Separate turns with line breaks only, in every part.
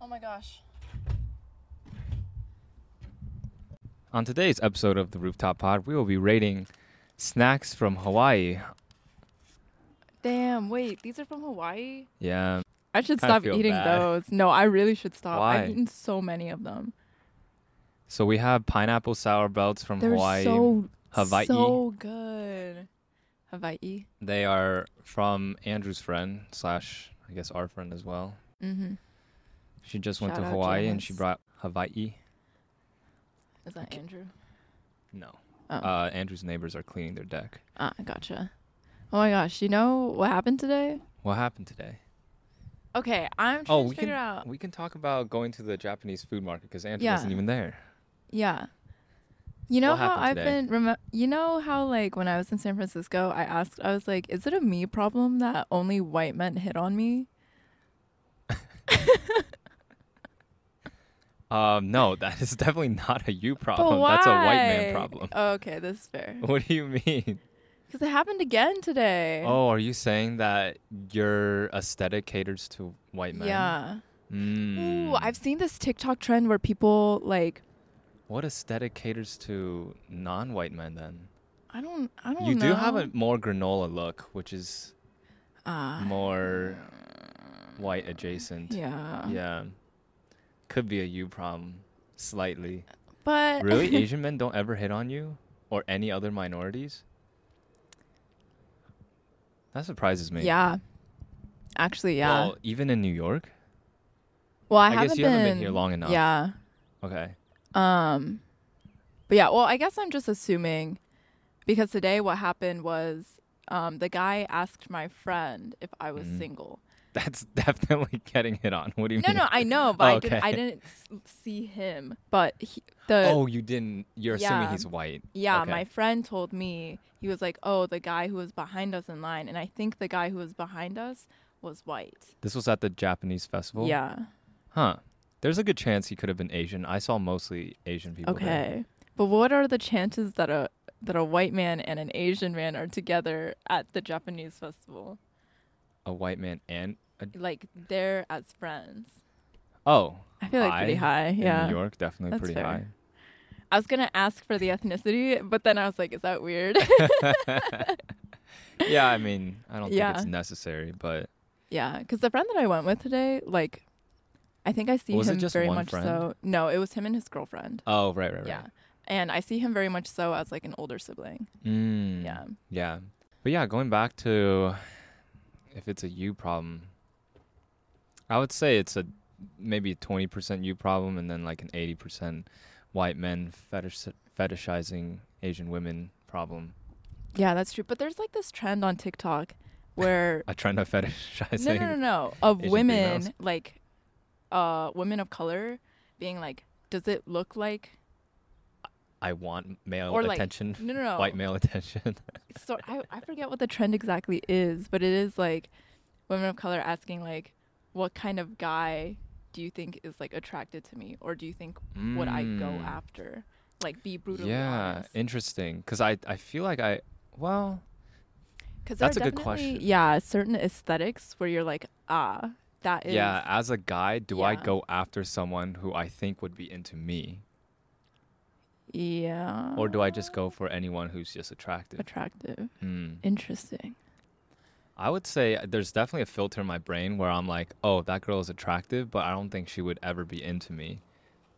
Oh my gosh.
On today's episode of the Rooftop Pod, we will be rating snacks from Hawaii.
Damn, wait, these are from Hawaii?
Yeah,
I should
Kinda
stop
feel
eating
bad.
those. No, I really should stop.
Why?
I've eaten so many of them.
so we have pineapple sour belts from
They're
Hawaii.
so
Hawaii.
so good. Hawaii.
They are from Andrew's friend slash, I guess, our friend as well.
Mm-hmm.
She just went
Shout
to
out
Hawaii and she
Janice.
brought Hawaii.
Is that Andrew?
No,
Oh.
uh, Andrew's neighbors are cleaning their deck.
ah, gotcha. Oh my gosh, you know what happened today?
What happened today?
Okay, I'm trying
Oh,
to
we can
figure out.
we can talk about going to the Japanese food market because Andrew
Yeah.
wasn't even there.
Yeah. You know
What
how
happened
I've
today?
been, rem- you know how like when I was in San Francisco, I asked, I was like, is it a me problem that only white men hit on me?
Um, no, that is definitely not a you problem. That's a white man
why? Oh,
problem.
okay, this is fair.
What do you mean?
Because it happened again today.
Oh, are you saying that your aesthetic caters to white men?
yeah.
Mm.
Ooh, I've seen this TikTok trend where people like,
What aesthetic caters to non-white men then?
I don't, I don't.
You do have
know.
a more granola look, which is
Ah,
more white adjacent.
yeah.
Yeah. Could be a you problem, slightly.
But
Really, Asian men don't ever hit on you or any other minorities? That surprises me.
yeah. Actually, yeah.
Well, even in New York?
Well, I,
I guess
haven't
you
been,
haven't been here long enough.
Yeah.
Okay.
Um, but yeah, well, I guess I'm just assuming because today what happened was um, the guy asked my friend if I
Mm.
was single.
That's definitely getting hit on. What do you
No,
mean?
no, I know, but I didn't. I
Okay.
didn't s- see him. But he, the
Oh, you didn't. You're assuming
Yeah.
he's white.
yeah,
Okay.
my friend told me he was like, "Oh, the guy who was behind us in line," and I think the guy who was behind us was white.
This was at the Japanese festival.
yeah.
Huh. There's a good chance he could have been Asian. I saw mostly Asian people. there.
Okay. But what are the chances that a that a white man and an Asian man are together at the Japanese festival?
A white man and a,
like they're as friends.
oh.
I feel like pretty high.
in
Yeah.
New York, definitely
That's
pretty
fair.
high.
I was gonna ask for the ethnicity, but then I was like, is that weird?
Yeah, I mean, I don't
Yeah.
think it's necessary, but
yeah, because the friend that I went with today, like, I think I see
Was it
him
just
very
one
much
friend?
so. No, it was him and his girlfriend.
oh, right, right, right.
Yeah, and I see him very much so as like an older sibling.
Mm,
Yeah.
Yeah. But yeah, going back to if it's a you problem, I would say it's a maybe a 20% you problem and then like an 80% white men fetish, fetishizing Asian women problem.
Yeah, that's true. But there's like this trend on TikTok where
A trend of fetishizing.
no, no, no, no, of
Asian
women
females.
like, uh, women of color being like, does it look like
I want male
Or, like,
attention.
no, no, no,
White male attention.
so I, I forget what the trend exactly is, but it is like women of color asking like, what kind of guy do you think is like attracted to me, or do you think would I go
Mm.
after? Like, be brutally
yeah,
honest.
interesting. Because I, I feel like I, well,
'Cause there
that's
are
a good
definitely-
question.
Yeah, certain aesthetics where you're like, ah, that is.
yeah, as a guy, do I
yeah.
go after someone who I think would be into me?
Yeah.
Or do I just go for anyone who's just attractive?
attractive?
Mm.
Interesting.
I would say there's definitely a filter in my brain where I'm like, oh, that girl is attractive, but I don't think she would ever be into me.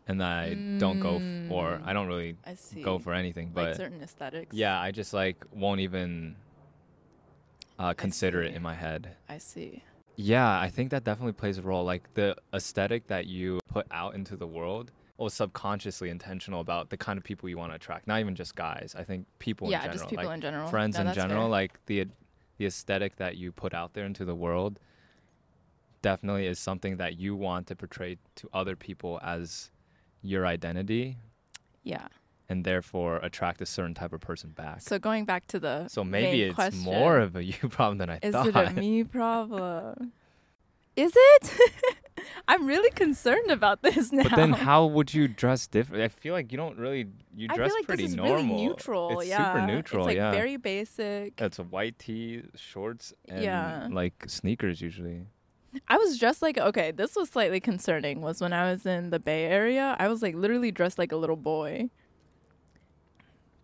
And then I don't go f- or I don't really
Mm. I see.
go for anything.
like
But
certain aesthetics.
yeah, I just like won't even uh, consider it
see.
in my head.
I see.
Yeah, I think that definitely plays a role. Like the aesthetic that you put out into the world or subconsciously intentional about the kind of people you want to attract. Not even just guys. I think people
Yeah,
in general.
just people
like,
in general.
Friends
No,
in
that's
general.
fair.
Like the the aesthetic that you put out there into the world definitely is something that you want to portray to other people as your identity
Yeah.
and therefore attract a certain type of person back. So,
So going back to the
maybe
main
it's
question,
more of a you problem than I
Is
thought.
it a me problem? Is it? I'm really concerned about this now.
but then how would you dress different? I feel like you don't really you
I
dress
feel like
pretty
this is
normal.
really neutral.
It's
yeah.
super neutral,
It's like
yeah.
very basic.
it's a white tee, shorts and
Yeah.
like sneakers usually.
I was dressed like okay, this was slightly concerning. Was when I was in the Bay Area, I was like literally dressed like a little boy,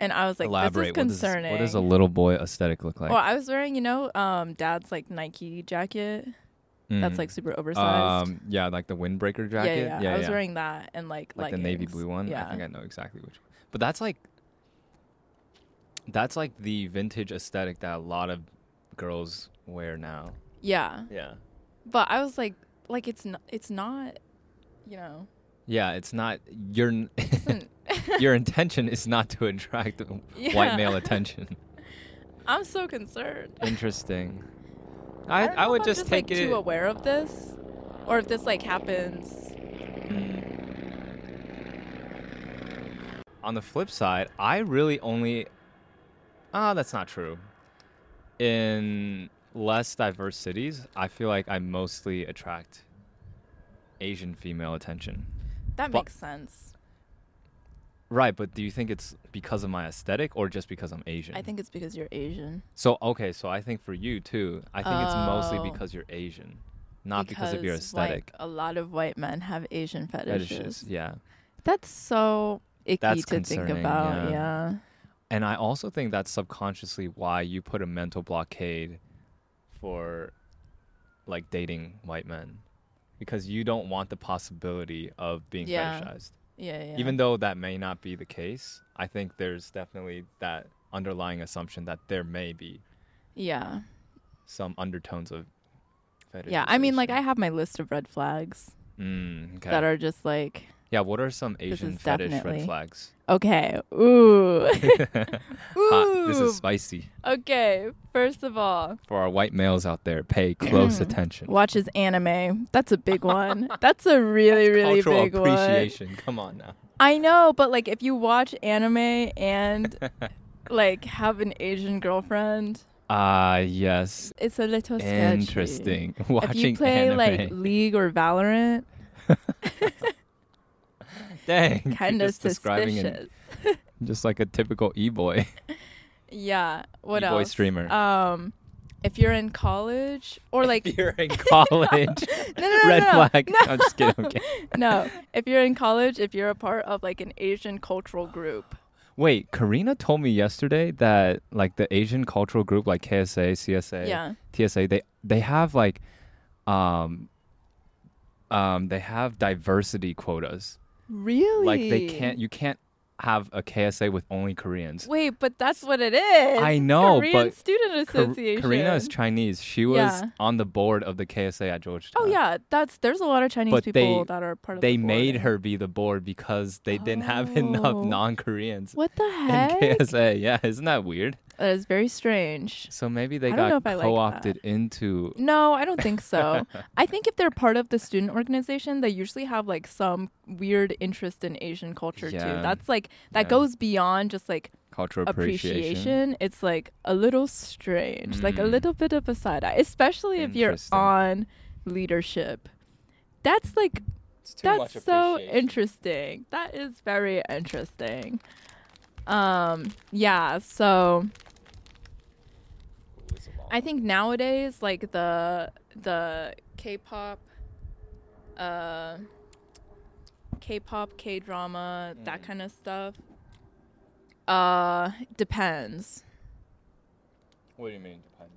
and I was like,
Elaborate.
this is concerning.
What does, what does a little boy aesthetic look like?
well, I was wearing you know, um, dad's like Nike jacket that's
Mm.
like super oversized.
Um, yeah, like the windbreaker
yeah,
jacket.
yeah, I was wearing that and like
like the navy
leggings.
blue one.
Yeah,
I think I know exactly which one. But that's like that's like the vintage aesthetic that a lot of girls wear now.
yeah.
Yeah.
But I was like, like it's not, it's not, you know,
Yeah, it's not your n-
isn't-
your intention is not to attract
Yeah.
white male attention.
I'm so concerned.
Interesting. I,
don't
I,
know
would
if I'm
just take
like,
it.
Too aware of this, or if this like happens.
Mm. On the flip side, I really only. Ah, that's not true. In less diverse cities, I feel like I mostly attract Asian female attention.
That
Bu-
makes sense.
Right, but do you think it's because of my aesthetic or just because I'm Asian?
I think it's because you're Asian.
so. Okay, so I think for you too, I think it's
Oh.
mostly because you're Asian, not because, of your
white-
aesthetic.
a lot of white men have Asian fetishes.
yeah.
That's so icky
That's
to think
concerning,
about. Yeah.
yeah. And I also think that's subconsciously why you put a mental blockade for like dating white men because you don't want the possibility of being
Yeah.
fetishized.
Yeah, yeah.
Even though that may not be the case, I think there's definitely that underlying assumption that there may be
yeah.
some undertones of fetishization.
Yeah, I mean like I have my list of red flags
mm, okay.
that are just like
yeah, what are some Asian
is
fetish
definitely-
red flags?
okay, ooh.
Hot, this
Ooh.
is spicy.
okay, first of all,
For our white males out there, pay close attention.
watches anime. That's a big one. That's a really really
cultural
big one.
appreciation. Come on now.
I know, but like if you watch anime and like have an Asian girlfriend,
Ah, yes.
it's a little sketchy.
Interesting.
If
Watching
you play
anime.
like League or Valorant,
Dang. you're
kind of
just describing an-
suspicious.
just like a typical e-boy.
Yeah. What
E-boy
else?
streamer.
Um, if you're in college or like
If you're in college.
No, no, no,
Red
no,
flag.
no.
I'm just kidding. I'm kidding.
no, if you're in college, if you're a part of like an Asian cultural group,
Wait, Karina told me yesterday that like the Asian cultural group like KSA, CSA,
Yeah.
TSA, they they have like um um they have diversity quotas.
really?
Like they can't you can't have a KSA with only Koreans.
Wait, but that's what it is.
I know,
Korean
but
Student
Kar-
Association.
Karina is Chinese. She was
Yeah.
on the board of the KSA at Georgetown.
Oh yeah, that's there's a lot of Chinese
Uh, But
people
they-
that are part of.
They
the board.
made her be the board because they didn't have enough
Oh.
non-Koreans
What the
in
heck?
KSA. Yeah, isn't that weird?
That is very strange.
So maybe they
I don't know
got
if I like that.
co-opted into
No, I don't think so. I think if they're part of the student organization, they usually have like some weird interest in Asian culture too.
Yeah.
That's like that
Yeah.
goes beyond just like
cultural appreciation.
appreciation. It's like a little strange, like a
Mm.
little bit of a side eye, especially if you're
Interesting.
on leadership. That's like that's so interesting. That is very interesting. Um yeah, so I think nowadays, like the the K-pop, uh, K-pop, K-drama, that kind of stuff. Uh, depends.
What do you mean? Depends.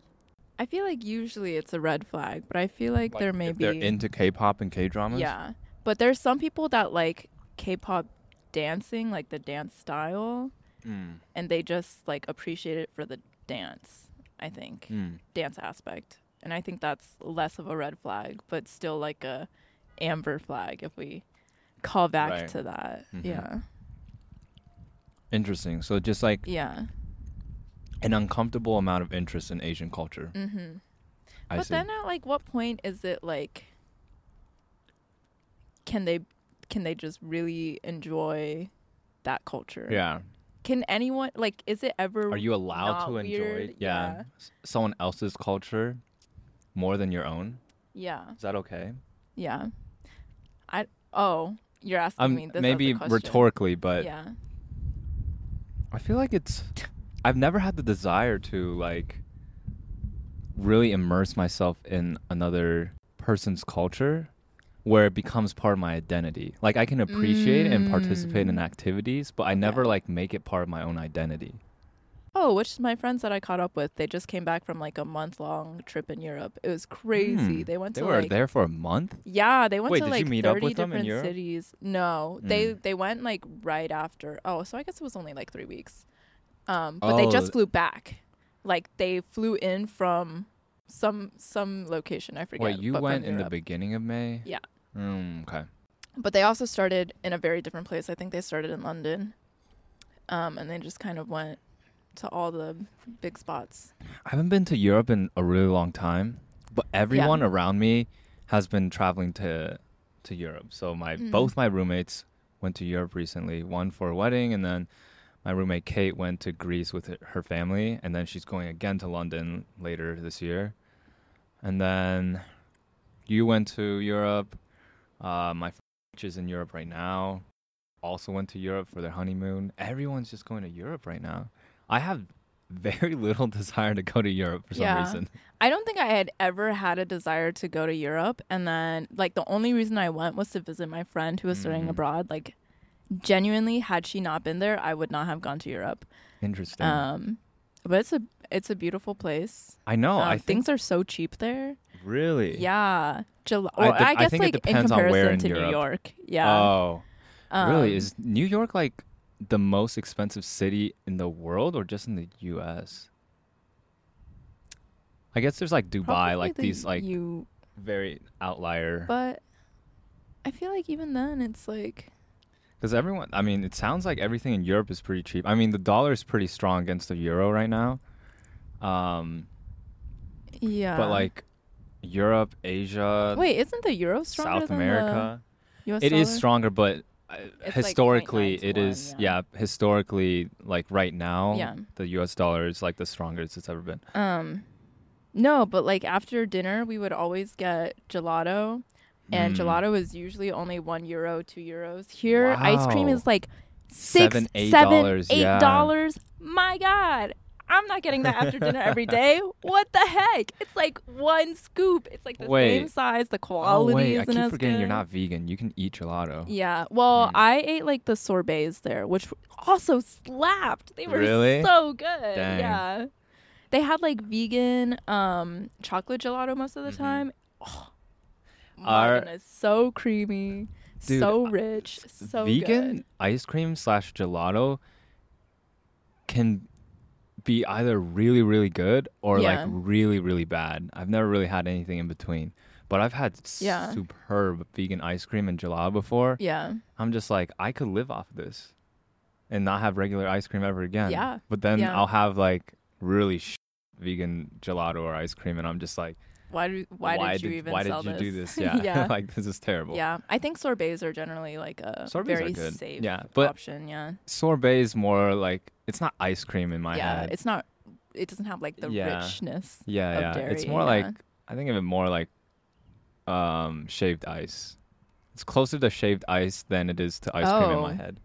I feel like usually it's a red flag, but I feel like, there may be.
they're into K-pop and K-dramas.
yeah, but there's some people that like K-pop dancing, like the dance style,
Mm,
and they just like appreciate it for the dance. I think.
mm.
dance aspect. And I think that's less of a red flag, but still like a amber flag if we call back
Right.
to that.
Mhm.
Yeah.
Interesting. So just like
Yeah.
an uncomfortable amount of interest in Asian culture.
Mhm.
I
but
see.
then at like what point is it like can they can they just really enjoy that culture?
Yeah.
Can anyone like is it ever
Are you allowed
not
to enjoy
weird?
yeah.
Yeah.
s- someone else's culture more than your own?
Yeah.
Is that okay?
Yeah. I oh, you're asking
Um,
me this as a
maybe
question.
rhetorically, but
Yeah.
I feel like it's I've never had the desire to like really immerse myself in another person's culture where it becomes part of my identity. Like I can appreciate and participate
Mm.
in activities, but I never like make it part of my own identity.
Oh, which my friends that I caught up with, they just came back from like a month long trip in Europe. It was crazy.
Hmm.
They went
They
to
were
like
there for a month?
Yeah, they went
Wait,
to
did you
like
meet up
30
with them
different
in Europe? Hmm.
cities. No, they they went like right after. Oh, so I guess it was only like 3 weeks. Um, but they
Oh.
just flew back. Like they flew in from some some location, I forget.
Wait, you
but from
went in the
Europe.
beginning of May?
Yeah.
Mm, okay.
but they also started in a very different place. I think they started in London, um, and they just kind of went to all the big spots.
I haven't been to Europe in a really long time, but everyone around me has been traveling to to Europe. So my both my roommates went to Europe recently, one for a wedding and then my roommate Kate went to Greece with her- her family and then she's going again to London later this year. And then you went to Europe. Uh, my friend is in Europe right now. Also went to Europe for their honeymoon. Everyone's just going to Europe right now. I have very little desire to go to Europe for some
Yeah.
reason.
I don't think I had ever had a desire to go to Europe, and then like the only reason I went was to visit my friend who was studying
Mhm.
abroad. Like, genuinely, had she not been there, I would not have gone to Europe.
Interesting.
Um, but it's a it's a beautiful place.
I know.
Um,
Oh, I think
things are so cheep there.
really.
Yeah, July.
I
Or
de-
I,
I
guess
think it
like in
depends on where
comparison
in
to
Europe.
New York. Yeah.
Oh, really?
Um,
Is New York like the most expensive city in the world, or just in the U.S.? I guess there's like Dubai,
Probably
like
the
these like
you
very outlier.
but I feel like even then it's like
Because everyone, I mean, it sounds like everything in Europe is pretty cheap. I mean, the dollar is pretty strong against the euro right now. Um,
yeah.
but like Europe, Asia,
Uh. wait, isn't the euro stronger
South
than
America,
the U.S.
it is
dollar?
stronger, but uh,
like
historically,
0.9
it
to one,
is.
yeah.
Yeah. historically, like right now,
Yeah.
the U.S. dollar is like the strongest it's ever been.
Um, no, but like after dinner we would always get gelato, and
Mm.
gelato is usually only one euro, two euros. Here, ice cream
Wow.
is like six,
Seven, eight
seven,
dollars,
eight
yeah.
dollars. My God. I'm not getting that after dinner every day. What the heck? It's like one scoop. It's like the same
Wait.
size. The
Oh
quality
wait, I
isn't
keep
as
forgetting you're
good.
not vegan. You can eat gelato.
Yeah. Well, I ate like the sorbets there, which also slapped. They were
Really?
so good.
Dang.
Yeah. They had like vegan um chocolate gelato most of the time. Oh,
Mm-hmm. Are-
mine is so creamy,
Dude,
so
I-
rich, so
vegan
good.
ice cream slash gelato can be either really really good or
Yeah.
like really really bad. I've never really had anything in between, but I've had
Yeah.
superb vegan ice cream and gelato before.
Yeah.
I'm just like I could live off of this and not have regular ice cream ever again.
Yeah.
But then
Yeah.
I'll have like really sh- vegan gelato or ice cream, and I'm just like,
Why do why,
why
did you even
why
sell
did you do this? Yeah.
yeah.
like this is terrible.
yeah. I think sorbets are generally like a
Sorbets are
very
good.
safe
Yeah, but-
option. Yeah.
sorbet is more like it's not ice cream in my
Yeah.
head.
It's not it doesn't have like the
Yeah.
richness.
yeah,
of
yeah. it's
dairy,
more
yeah.
like I think of it more like um shaved ice. It's closer to shaved ice than it is to ice cream in my
Oh.
head.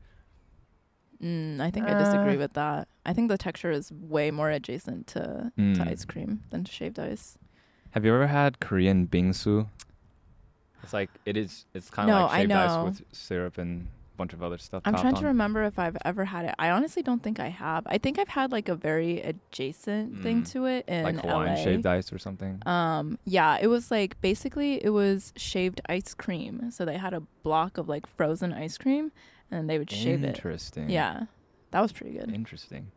Mm, I think I disagree
Uh,
with that. I think the texture is way more adjacent to,
Mm.
to ice cream than to shaved ice.
Have you ever had Korean bingsu? It's like it is. It's kind of
No,
like
I
shaved
know.
ice with syrup and a bunch of other stuff.
I'm
topped
trying to
on.
remember if I've ever had it. I honestly don't think I have. I think I've had like a very adjacent thing
Mm.
to it in
like Hawaiian
LA.
shaved ice or something.
um, yeah, it was like basically it was shaved ice cream. So they had a block of like frozen ice cream, and they would shave it.
Interesting.
Yeah, that was pretty good.
Interesting.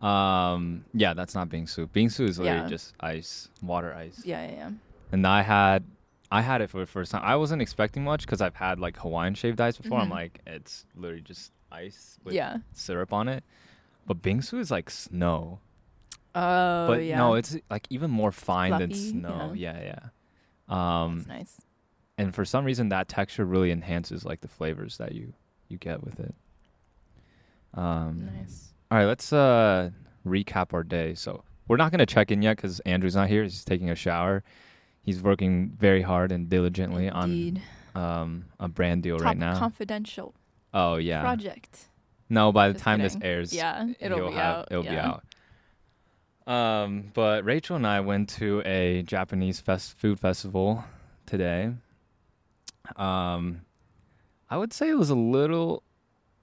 Um. Yeah, that's not bingsu. Bingsu is literally
Yeah.
just ice, water ice.
Yeah, yeah, yeah.
And I had, I had it for the first time. I wasn't expecting much because I've had like Hawaiian shaved ice before. I'm
Mhm.
like, it's literally just ice with
yeah.
syrup on it. But bingsu is like snow.
Oh,
but
yeah.
no, it's like even more fine than
Fluffy,
snow. Yeah, yeah. Um,
That's nice.
and for some reason that texture really enhances like the flavors that you you get with it. Um,
Nice.
All right, let's uh, recap our day. So we're not gonna check in yet because Andrew's not here. He's taking a shower. He's working very hard and diligently
Indeed.
on um, a brand deal
Top
right now.
confidential
oh yeah.
project.
No, by the
Just
time this
kidding.
airs,
Yeah, it'll
he'll
be
have-
out,
It'll
yeah.
be out. Um, but Rachel and I went to a Japanese fest food festival today. Um, I would say it was a little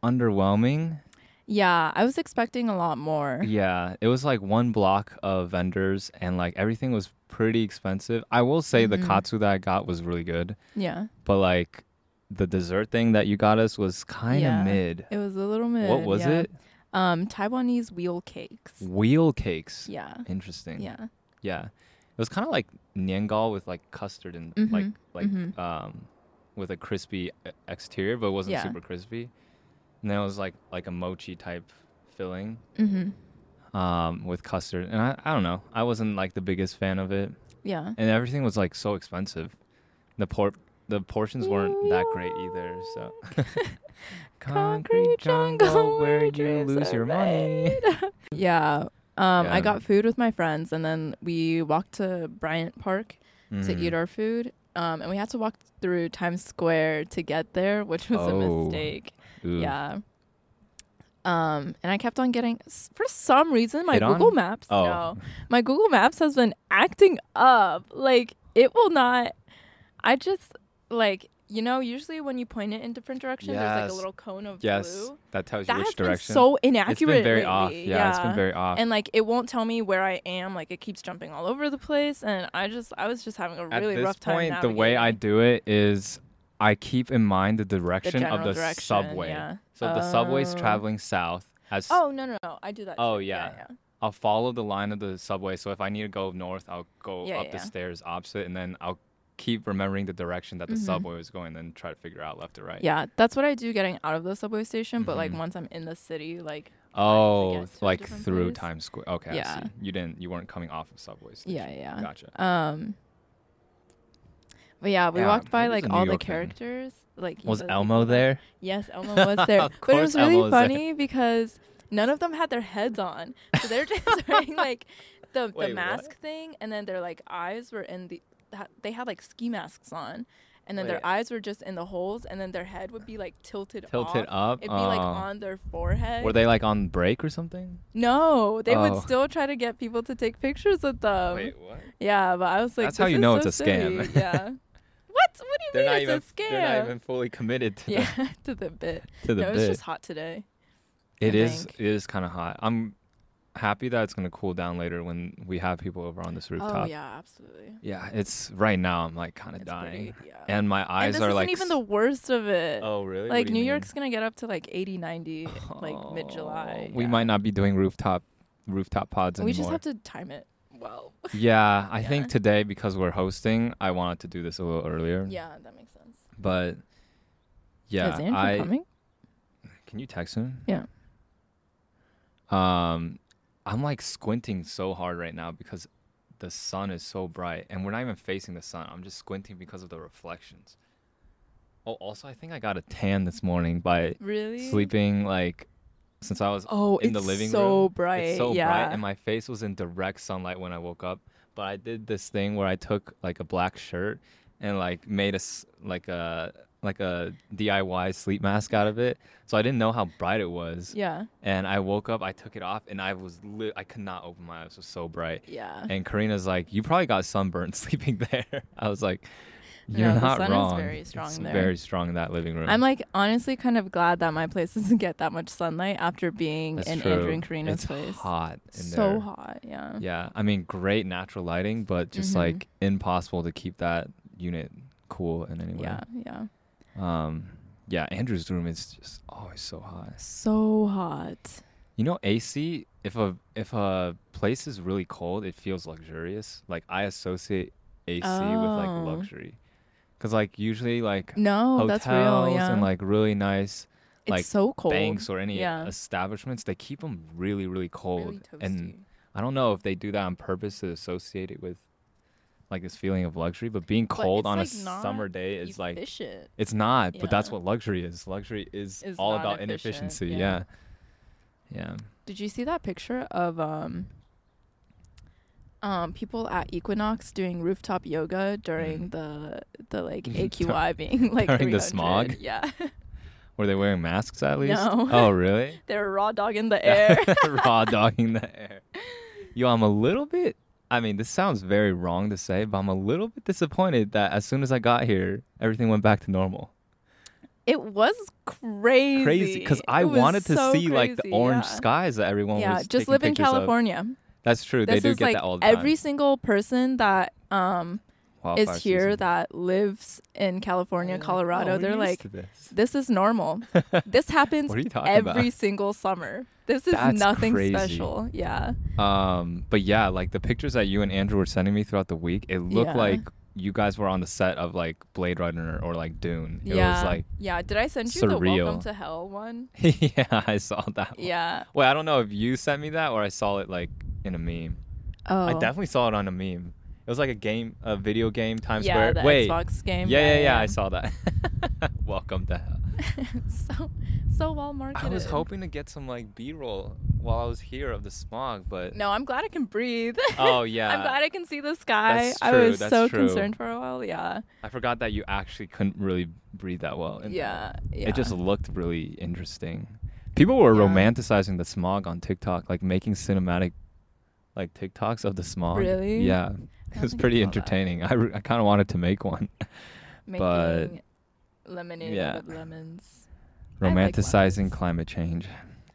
underwhelming.
Yeah, I was expecting a lot
Mm.
more.
Yeah, it was like one block of vendors, and like everything was pretty expensive. I will say
Mm-hmm.
the katsu that I got was really good,
Yeah,
but like the dessert thing that you got us was kind of
Yeah.
mid.
it was a little bit.
What was
yeah.
it?
Um, Taiwanese wheel cakes.
Wheel cakes.
Yeah,
Interesting.
yeah,
Yeah. It was kind of like niengal with like custard and like
Mhm,
like
mhm.
um with a crispy e- exterior, but it wasn't
Yeah.
super crispy. And then it was like like a mochi type filling
mm-hmm.
um with custard. And I I don't know. I wasn't like the biggest fan of it.
yeah.
And everything was like so expensive. The por- the portions weren't that great either, so
Concrete jungle where
you
dreams
lose
are
your money.
Yeah. Um,
Yeah.
I got food with my friends, and then we walked to Bryant Park to
Mm.
eat our food. Um, and we had to walk through Times Square to get there, which was
Oh.
a mistake.
Ooh.
Yeah. Um, and I kept on getting, s- for some reason, my
Hit
Google
on?
Maps.
Oh.
No, my Google Maps has been acting up. Like it will not. I just like you know. Usually, when you point it in different directions, there's like
Yes.
a little cone of
Yes.
blue.
That tells you
That has
which direction.
been so inaccurate.
it's been very off.
lately.
Yeah, it's been very off.
And like it won't tell me where I am. Like it keeps jumping all over the place, and I just I was just having a really
At this
rough time.
point, the way I
navigating.
do it is I keep in mind the direction of
general
the
direction,
subway.
yeah.
So if the subway's
Oh.
traveling south. As
Oh no no no! I do that.
Oh,
too.
yeah. I'll follow the line of the subway. So if I need to go north, I'll go
Yeah,
up
yeah,
the
yeah.
stairs opposite, and then I'll keep remembering the direction that the subway was going, then try to figure out left or right.
Mm-hmm. Yeah, that's what I do getting out of the subway station. But
Mm-hmm.
like once I'm in the city, like
Oh,
get to a
like
different
through
place.
Times Square. Okay. I
Yeah.
see. You didn't. You weren't coming off of subway station.
yeah, yeah.
Gotcha.
Um. But yeah, we
Yeah,
walked by
maybe it's
like
a New
all the
York thing.
characters. Like you
was
know, the
Elmo
people that-
there?
Yes, Elmo was there. but
Of
it
course
was
Elmo
really
was there.
funny because none of them had their heads on, so they're just wearing like the
Wait,
the mask
what?
thing, and then their like eyes were in the. ha- They had like ski masks on, and then
Wait.
their eyes were just in the holes, and then their head would be like tilted.
Tilted
off.
up.
It'd be like
Oh.
on their forehead.
Were they like on break or something?
No, they
Oh.
would still try to get people to take pictures with them.
what?
Yeah, but Um, I was like,
That's how
this
you
is
know
so
it's a scam.
silly. Yeah. what? What do
They're
you
not
mean
even.
it's a scam?
They're not even fully committed to
yeah, to the bit.
the, to the
no,
bit.
it's just hot today.
It
I
is.
think.
It is kind of hot. I'm happy that it's gonna cool down later when we have people over on this
Oh
rooftop.
yeah, absolutely.
Yeah, It's right now. I'm like kind of
It's
dying,
pretty, yeah.
and my
And
eyes
this
are
isn't
like.
even
s-
the worst of it.
oh really? What
like
do you
New
mean? Oh,
York's gonna get up to like 80, 90, like mid July.
We might not be doing rooftop rooftop pods
We just
anymore.
have to time it well.
yeah, I
Yeah.
think today because we're hosting, I wanted to do this a little earlier.
yeah, that makes sense.
But yeah,
Is Andrew
I
coming?
can you text him?
Yeah.
Um, I'm like squinting so hard right now because the sun is so bright, and we're not even facing the sun. I'm just squinting because of the reflections. Oh, also, I think I got a tan this morning by
Really?
sleeping like since I was
Oh,
in the
it's
living
so
room.
bright,
It's so
yeah.
bright, and my face was in direct sunlight when I woke up. But I did this thing where I took like a black shirt and like made a s- like a like a DIY sleep mask out of it. So I didn't know how bright it was.
Yeah.
And I woke up, I took it off, and I was li- I could not open my eyes. It was so bright.
Yeah.
And Karina's like, "You probably got sunburned sleeping there." I was like, "You're
No, the
not
sun is
wrong.
very strong
it's
there.
very strong in that living room."
I'm like honestly kind of glad that my place doesn't get that much sunlight after being
That's
in
true.
Andrew and Karina's
it's
place.
hot in
so
there.
hot, yeah.
Yeah, I mean, great natural lighting, but just
Mhm.
like impossible to keep that unit cool in any way.
Yeah, yeah.
Um, yeah, Andrew's room is just always so hot.
So hot.
You know, AC. If a if a place is really cold, it feels luxurious. Like I associate AC with like
Oh.
luxury, because like usually like
No,
hotels
that's real. Yeah.
and like really nice
it's
like,
so cold.
banks or any
Yeah.
establishments, they keep them really really cold.
really toasty.
And I don't know if they do that on purpose to associate it with like this feeling of luxury. But being
But
cold
it's,
on a
like,
summer
not
day is like
efficient.
it's not. But that's
Yeah.
what luxury is. Luxury is
Is
all
not
about
efficient,
inefficiency. Yeah.
yeah.
yeah.
Did you see that picture of um um people at Equinox doing rooftop yoga during the the like AQI being like
Mm-hmm. during the smog?
300? Yeah.
Were they wearing masks at least?
No.
Oh really?
they were raw dog in the air.
Raw dogging the air. Yo, I'm a little bit. I mean, this sounds very wrong to say, but I'm a little bit disappointed that as soon as I got here, everything went back to normal.
it was crazy.
Crazy, because I
It was
wanted to
so
see like the
crazy,
orange
yeah.
skies that everyone
Yeah,
was.
just
taking
live in
pictures of.
California.
That's true.
This
they do
is
get
like
that all the time.
every single person that um
Wildfire
is here
season.
that lives in California, Colorado.
Oh, we're
they're
used
like
to this.
this is normal. this happens
What are you talking
every
about?
single summer. This is
That's
nothing
crazy.
special. Yeah.
Um, but yeah, like the pictures that you and Andrew were sending me throughout the week, it looked
Yeah.
like you guys were on the set of like Blade Runner or like Dune. It
yeah.
was like,
yeah. Did I send you the
surreal.
Welcome to Hell one?
yeah, I saw that. one.
Yeah.
Wait, I don't know if you sent me that or I saw it like in a meme.
Oh.
I definitely saw it on a meme. It was like a game, a video game Times
yeah,
Square.
the
Wait,
Xbox game.
yeah, yeah, yeah, I saw that. Welcome to hell.
so, so well marketed.
I was hoping to get some like B-roll while I was here of the smog, but
No, I'm glad I can breathe.
oh yeah,
I'm glad I can see the sky.
That's
I
true,
was
that's
so
true.
concerned for a while. Yeah.
I forgot that you actually couldn't really breathe that well. in there.
Yeah. Yeah.
It just looked really interesting. People were
Yeah.
romanticizing the smog on TikTok, like making cinematic, like TikToks of the smog.
Really?
Yeah, it
don't
was
think I
pretty
saw that.
entertaining. I, re- I kind of wanted to make one,
making
but-
lemonade
Yeah.
with lemons. I like
romanticizing
lemons.
climate change,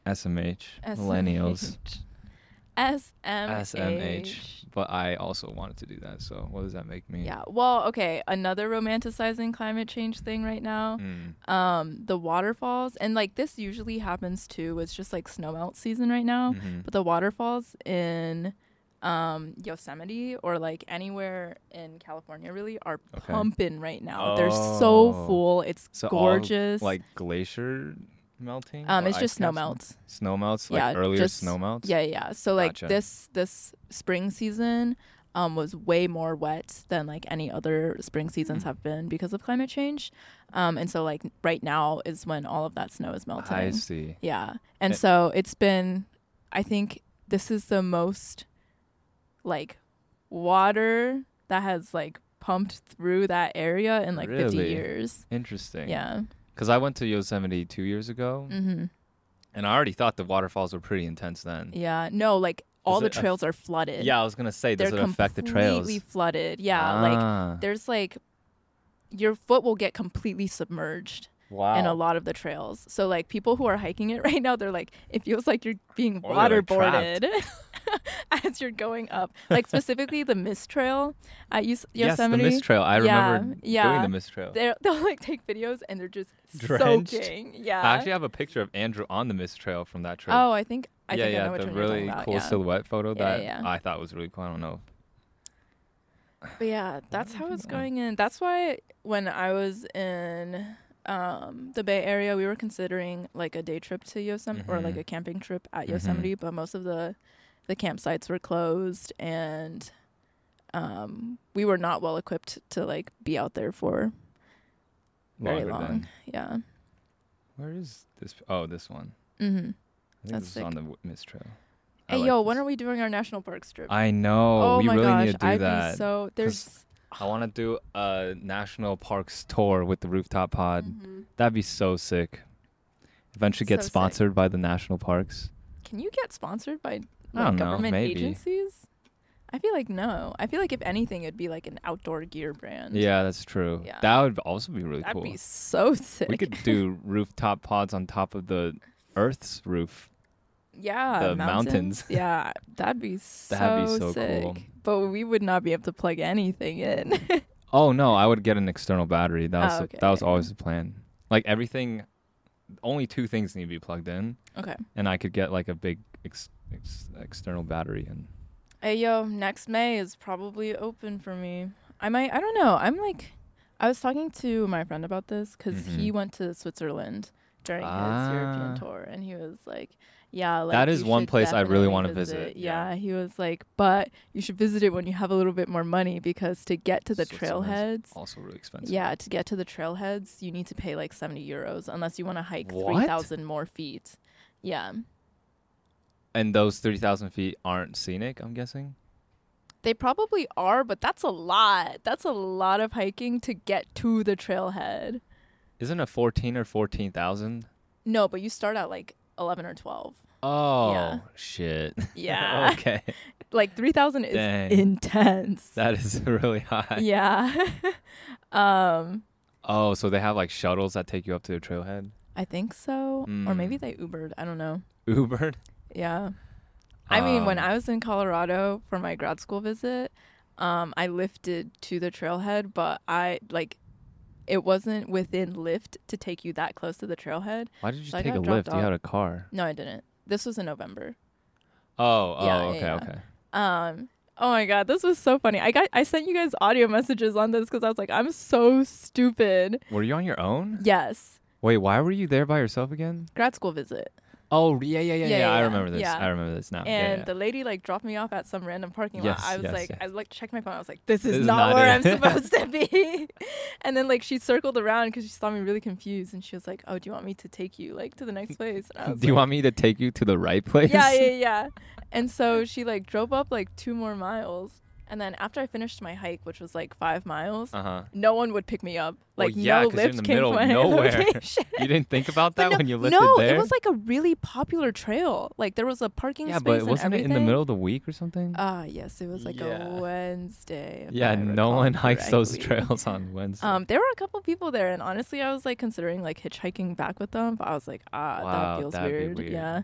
SMH, millennials,
SMH.
SMH. But I also wanted to do that. So what does that make me?
Yeah. Well, okay. Another romanticizing climate change thing right now.
Mm.
Um, the waterfalls, and like this usually happens too. It's just like snowmelt season right now.
Mhm.
But the waterfalls in um, Yosemite or like anywhere in California really are
Okay.
pumping right now. They're so
Oh.
full. It's
So all,
gorgeous.
like glacier melting.
um,
or
it's just
ice
snow
caps?
melts.
Snow melts,
Yeah,
like earlier
just-
snow melts.
Yeah, yeah. So like
Gotcha.
this this spring season um, was way more wet than like any other spring
Mm.
seasons have been because of climate change, um, and so like right now is when all of that snow is melting.
I see.
Yeah, and
Eh.
so it's been. I think this is the most like water that has like pumped through that area in like 50
Really?
years.
Interesting.
Yeah.
Because I went to Yosemite two years ago,
Mm-hmm.
and I already thought the waterfalls were pretty intense then.
Yeah. No, like all
Does
the
it aff-
trails are flooded.
Yeah, I was gonna say,
They're
does it affect the trails?
completely flooded. Yeah, like
Ah,
there's like your foot will get completely submerged
wow.
in a lot of the trails. So like people who are hiking it right now, they're like it feels like you're being
Or they're, like,
waterboarded as you're going up. Like specifically the mist trail at Yos-
Yes, the
Yosemite.
mist trail. I
Yeah,
remember doing
yeah.
the mist trail.
they're, they'll like take videos and they're just
Drenched.
soaking. Yeah.
I actually have a picture of Andrew on the mist trail from that trip.
uh, oh, I think I
yeah,
think
yeah,
I know which
the
one
really
you're talking
cool
about.
silhouette photo
Yeah,
that
yeah.
I thought was really cool. I don't know.
But yeah, that's how it's going in. That's why when I was in um, the Bay Area, we were considering like a day trip to Yosemite or like
Mhm.
a camping trip at
Mhm.
Yosemite, but most of the the campsites were closed and um, we were not well equipped to like be out there for very
longer
long.
than-
Yeah.
Where is this? Oh, this one.
Mm-hmm.
I think
That's
this
sick.
is on the w- mist trail. I
Hey,
like
yo,
this.
when are we doing our national parks trip?
I know.
oh
we
my
really
gosh,
need to do
I'd
that.
be so there's
I want to do a national parks tour with the rooftop pod. That'd be so sick. Eventually get
Mm. So sick.
sponsored by the national parks.
Can you get sponsored by
I
like,
don't know,
government
maybe.
agencies? I feel like no. I feel like if anything, it'd be like an outdoor gear brand.
Yeah, that's true.
Mm. Yeah.
That would also be really
that'd
cool.
be so sick.
we could do rooftop pods on top of the Earth's roof.
yeah,
the mountains.
yeah, that'd be so
That'd be so
sick.
cool.
But we would not be able to plug anything in.
Oh no, I would get an external battery. That was
Oh,
the-
okay.
that was always the plan. Like everything, only two things need to be plugged in,
okay.
and I could get like a big ex- ex- external battery. And
Hey yo, next May is probably open for me. I might. I don't know. I'm like, I was talking to my friend about this because
Mhm.
he went to Switzerland during his
Ah.
European tour, and he was like, "Yeah, like
That
you
is one
should
place I
definitely
really wanna visit, yeah.
Yeah. he was like, "But you should visit it when you have a little bit more money because to get to the
Switzerland's
trailheads,
Also really expensive.
yeah, to get to the trailheads, you need to pay like seventy euros unless you want to hike
What?
three thousand more feet. Yeah,
And those 30,000 feet aren't scenic, I'm guessing?
they probably are, but that's a lot. That's a lot of hiking to get to the trailhead.
Isn't it 14 or 14,000?
No, but you start at like eleven or twelve.
Oh, shit.
Yeah.
okay.
Like three thousand is
Dang.
intense.
That is really high.
yeah. um,
Oh, so they have like shuttles that take you up to the trailhead?
I think so, or maybe
Mm.
they Ubered. I don't know.
Ubered?
Yeah. I mean, when
Um,
I was in Colorado for my grad school visit, um, I lifted to the trailhead, but I like it wasn't within lift to take you that close to the trailhead.
Why did you
so I
take a
got
lift?
dropped
You
off.
had a car.
No, I didn't. This was in November.
Oh, oh,
Yeah, yeah,
okay,
yeah.
okay.
Um, oh my god, this was so funny. I got I sent you guys audio messages on this because I was like, I'm so stupid.
Were you on your own?
Yes,
Wait, why were you there by yourself again?
grad school visit,
Oh, yeah, yeah, yeah, yeah.
Yeah, yeah,
I
yeah.
remember this.
Yeah.
I remember this now. Yeah,
and
yeah.
the lady like dropped me off at some random parking
Yes,
lot. I was
yes,
like,
yes.
I like checked my phone. I was like, this is,
This is
not,
not
where
it.
I'm supposed to be. and then like she circled around because she saw me really confused, and she was like, Oh, do you want me to take you like to the next place? And I was
Do you
like,
want me to take you to the right place?
yeah, yeah, yeah. And so she like drove up like two more miles, and then after I finished my hike, which was like five miles,
Uh huh.
no one would pick me up.
Well,
Like
yeah,
no
'cause you're in
lift
the
came
middle
from
of
my
nowhere.
location.
You didn't think about
But
that
no,
when you lifted
no,
there?
it was like a really popular trail. Like there was a parking
yeah,
space
but
and
wasn't it in the
everything.
middle of the week or something?
Ah, yes, it was like
Yeah.
a Wednesday. if
yeah,
I
no
recall
one hikes those
correctly.
trails on Wednesday.
Um, there were a couple people there, and honestly, I was like considering like hitchhiking back with them, but I was like, ah,
wow,
that feels
that'd
weird.
Be weird.
Yeah.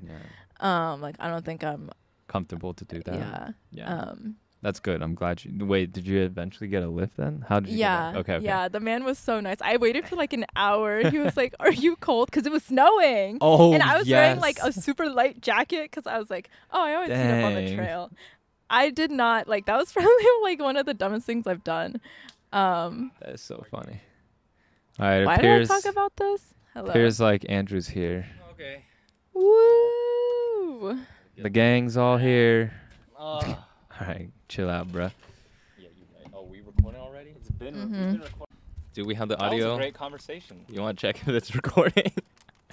Um, like I don't think I'm.
Comfortable to do that.
Yeah.
Yeah.
Um.
That's good. I'm glad you. Wait, did you eventually get a lift then? How did you? get
Yeah.
that? Okay. okay.
Yeah. The man was so nice. I waited for like an hour. He was like, "Are you cold?" Because it was snowing.
Oh,
and I was wearing like a
yes.
super light jacket because I was like, oh, I always heat up on
Dang.
the trail. I did not like that was probably like one of the dumbest things I've done. Um,
That is so funny. All right. It
why
appears,
did I talk about this? Hello.
appears like Andrew's here.
Okay.
Woo!
The gang's all here. Uh, all right, chill out, bruh.
Yeah, you right. Oh, we recording already? It's been,
Mhm.
recording.
Do we have the audio?
conversation. You want to check if it's recording?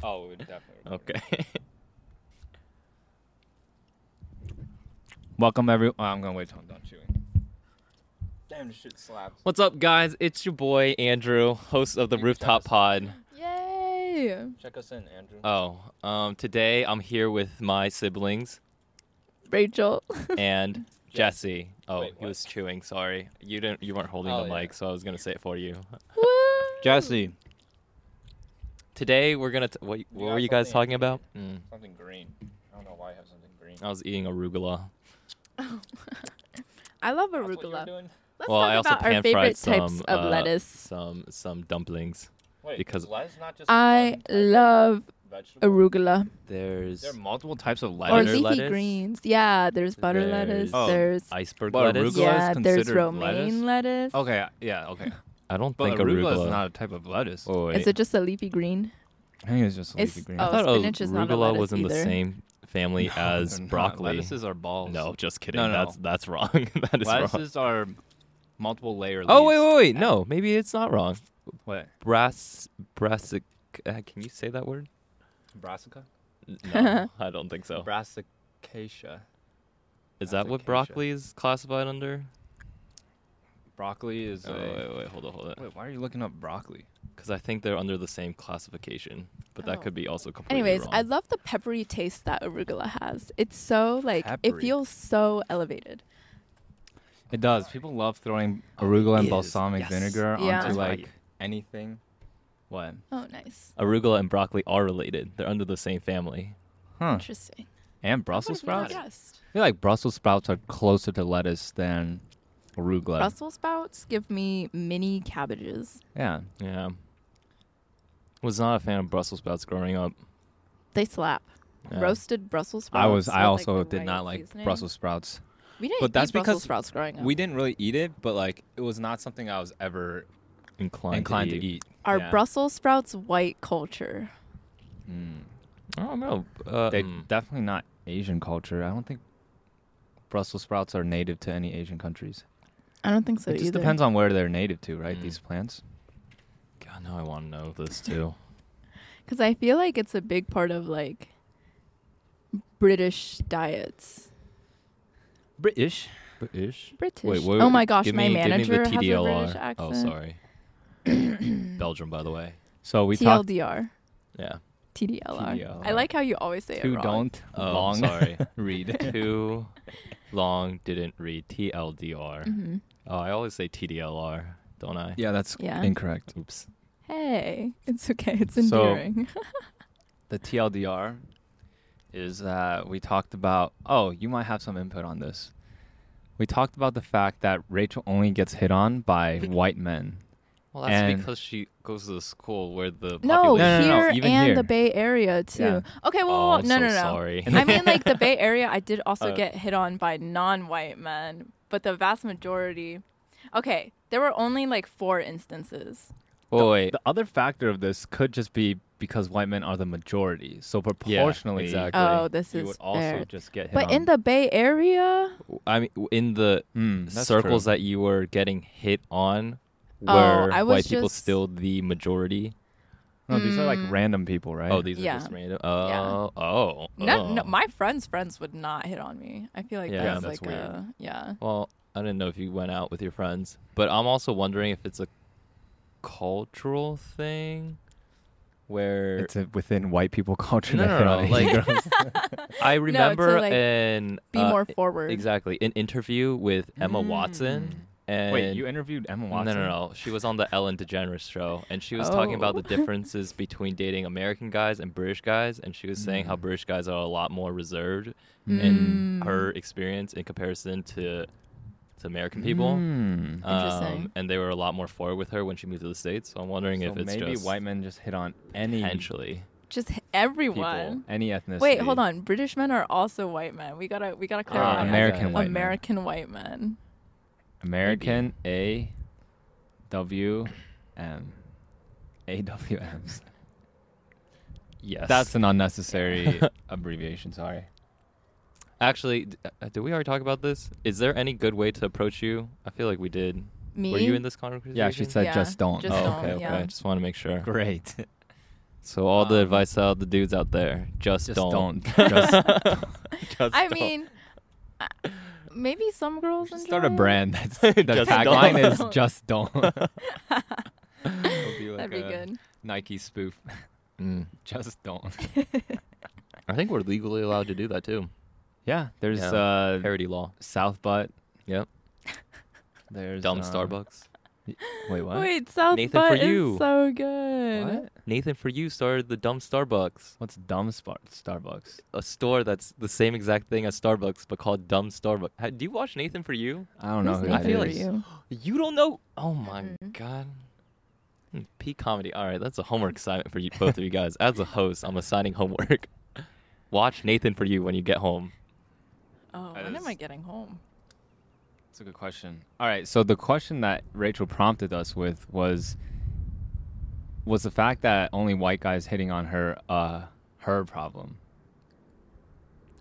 Oh, we definitely.
okay.
Welcome, everyone. I'm gonna wait till I'm done chewing.
Damn, this shit slaps.
What's up, guys? It's your boy Andrew, host of the
You can check
Rooftop
us out.
Pod.
Yay!
Check us in, Andrew.
Uh,
Oh, um, today I'm here with my siblings
Rachel.
and Jesse. Oh,
Wait,
he
what?
was chewing. Sorry, you didn't. You weren't holding
Oh,
the
yeah.
mic, so I was gonna say it for you.
Woo!
Jesse.
Today we're gonna. T- what what
got
were you guys
something?
talking about? Mm,
Something green. I don't know why I have something green.
Uh,
I was eating arugula.
I love
That's what you were
arugula.
doing?
Let's
well,
talk
I also
about our
pan
favorite
fried
types
some,
of
uh,
lettuce.
Some some dumplings.
Wait,
Because-
is lettuce not just
I
one type of
love
vegetable?
arugula
There's
There are multiple types of
or
lettuce.
butter
leafy
lettuce?
greens. Yeah, there's butter
There's-
lettuce.
Oh,
there's
iceberg
But
lettuce.
arugula is
yeah, there's
considered
romaine lettuce.
okay, yeah, okay.
I don't
But
think
arugula, is not a type of lettuce.
Oh, wait.
Is it just a leafy green?
I think it's just leafy
It's-
green.
oh,
I thought
spinach is not a
arugula
lettuce
was in the
either.
same family as broccoli.
Lettuces are balls.
No, just kidding.
No, no.
That's that's wrong. that is wrong.
lettuces are multiple layer.
Oh wait, wait, wait. No, maybe it's not wrong.
What?
Brass, brassic. Uh, can you say that word?
brassica.
N- No, I don't think so.
Brassicacia.
Is that what
brassicaceae.
broccoli is classified under?
Broccoli is.
Oh,
a,
wait, wait, hold on, hold on.
wait, why are you looking up broccoli?
Because I think they're under the same classification, but that
Oh.
could be also completely
Anyways,
wrong.
I love the peppery taste that arugula has. It's so like it
Peppery.
feels so elevated.
It does. People love throwing arugula and
is.
balsamic
Yes.
vinegar
Yeah.
onto
That's
like
right.
anything. What?
Oh, nice.
arugula and broccoli are related. They're under the same family.
Huh?
Interesting.
And
I
Brussels
would've never
sprouts.
guessed.
I feel like Brussels sprouts are closer to lettuce than arugula.
Brussels sprouts give me mini cabbages.
yeah.
Yeah. Was not a fan of Brussels sprouts growing up.
They slap.
Yeah.
Roasted Brussels sprouts.
I was.
with,
I
Oh, like,
also
the
did not
right
like
seasoning.
Brussels sprouts.
We didn't
but
eat
that's
Brussels
because
sprouts growing up.
We didn't really eat it, but like it was not something I was ever
Inclined,
inclined
to eat.
to eat.
Are
yeah.
Brussels sprouts white culture?
Mm.
I don't know. Uh,
They
mm.
definitely not Asian culture. I don't think Brussels sprouts are native to any Asian countries.
I don't think so
it just
either.
depends on where they're native to, right?
Mm.
These plants.
God, now I want to know this too.
Because I feel like it's a big part of like British diets.
British.
British.
British.
Wait, wait,
oh
wait,
my gosh,
give
my
me,
manager
give me the
has a
TDLR.
British accent.
Oh, sorry. Belgium, by the way.
So we talked
TLDR.
Yeah.
TDLR. I
TDLR.
like how you always say
two
it wrong.
don't
Oh,
long
sorry.
read.
Too long didn't read TLDR.
Mhm.
Oh, I always say TDLR, don't I?
yeah, that's
Yeah.
incorrect.
Oops.
Hey, it's okay. It's
So-
endearing.
the TLDR is that we talked about. Oh, you might have some input on this. We talked about the fact that Rachel only gets hit on by white men.
Well, that's
And-
because she goes to the school where the
no,
No,
population-
no, no,
here
even
and
here.
the Bay Area too.
Yeah.
Okay, well,
Oh,
well,
I'm
no,
so
no, no.
sorry.
I mean, like the Bay Area, I did also
Uh,
get hit on by non-white men, but the vast majority. Okay, there were only like four instances.
The-
Well, wait.
The other factor of this could just be because white men are the majority. So proportionally, uh,
exactly.
Oh, this
you
is
would also
fair.
just get hit
But in the Bay Area,
I mean, w- in the
Mm,
circles that you were getting hit on,
Oh,
were
I was
white people
just-
still the majority?
No, these are like random people, right?
Oh, these are
Yeah.
just random. Oh, oh,
no,
oh.
no, my friends' friends would not hit on me. I feel like
Yeah,
that's,
that's
like
weird.
a yeah.
Well, I didn't know if you went out with your friends, but I'm also wondering if it's a cultural thing where
it's uh, within white people culture.
No,
that they're
no, no,
not
like-
Asian girls.
I remember
like,
an
Be
uh,
more
e-,
i-
forward.
exactly an interview with Emma
Mm.
Watson and
wait, you interviewed Emma Watson?
No, no, no. She was on the Ellen DeGeneres show, and she was talking about the
Oh.
differences between dating American guys and British guys, and she was saying
Mm.
how British guys are a lot more reserved in her experience in comparison to to American people. Um,
Hmm.
Interesting.
and they were a lot more forward with her when she moved to the states. So I'm wondering
So
if it's
maybe
just
white men just hit on any
potentially.
Just h-
people,
everyone.
any ethnicity.
Wait, hold on. British men are also white men. We gotta we gotta clarify.
Ah,
that.
American white men.
American white men.
American A W M AWMs.
Yes,
That's an unnecessary abbreviation. Sorry.
actually. d- uh, Did we already talk about this? Is there any good way to approach you? I feel like we did.
Me.
Were you in this conversation?
Yeah, she said
Yeah,
just don't.
just
Oh,
don't,
okay, okay.
yeah.
I just want to make sure.
Great.
So all the
Um,
advice out the dudes out there, just,
Just don't.
don't.
Just
Just
I
don't.
mean, I- maybe some girls enjoy
start a
it.
brand. That's the
Just
tagline
don't.
is just don't. It'll
That'd
like
be
a
good.
Nike spoof. Mm. just don't.
I think we're legally allowed to do that too.
Yeah, there's
Yeah.
uh
Parody law.
South Butt.
Yep.
There's
Dumb
uh,
Starbucks.
Wait, what?
Wait, South
Nathan
Butt
for
is
you.
so good.
what?
Nathan for you started the dumb Starbucks,
What's dumb spot Starbucks?
a store that's the same exact thing as Starbucks but called dumb Starbucks. Ha- Do you watch Nathan for you?
I don't know
Who's
who
I
that
Nathan
feel
for
like-
is.
you?
You don't know? Oh my
Mm-mm.
god. Hmm, P comedy. All right, that's a homework assignment for you both of you guys. As a host, I'm assigning homework. Watch Nathan for you when you get home.
Oh, when am I getting home?
That's a good question. All right, so the question that Rachel prompted us with was was the fact that only white guys hitting on her uh her problem.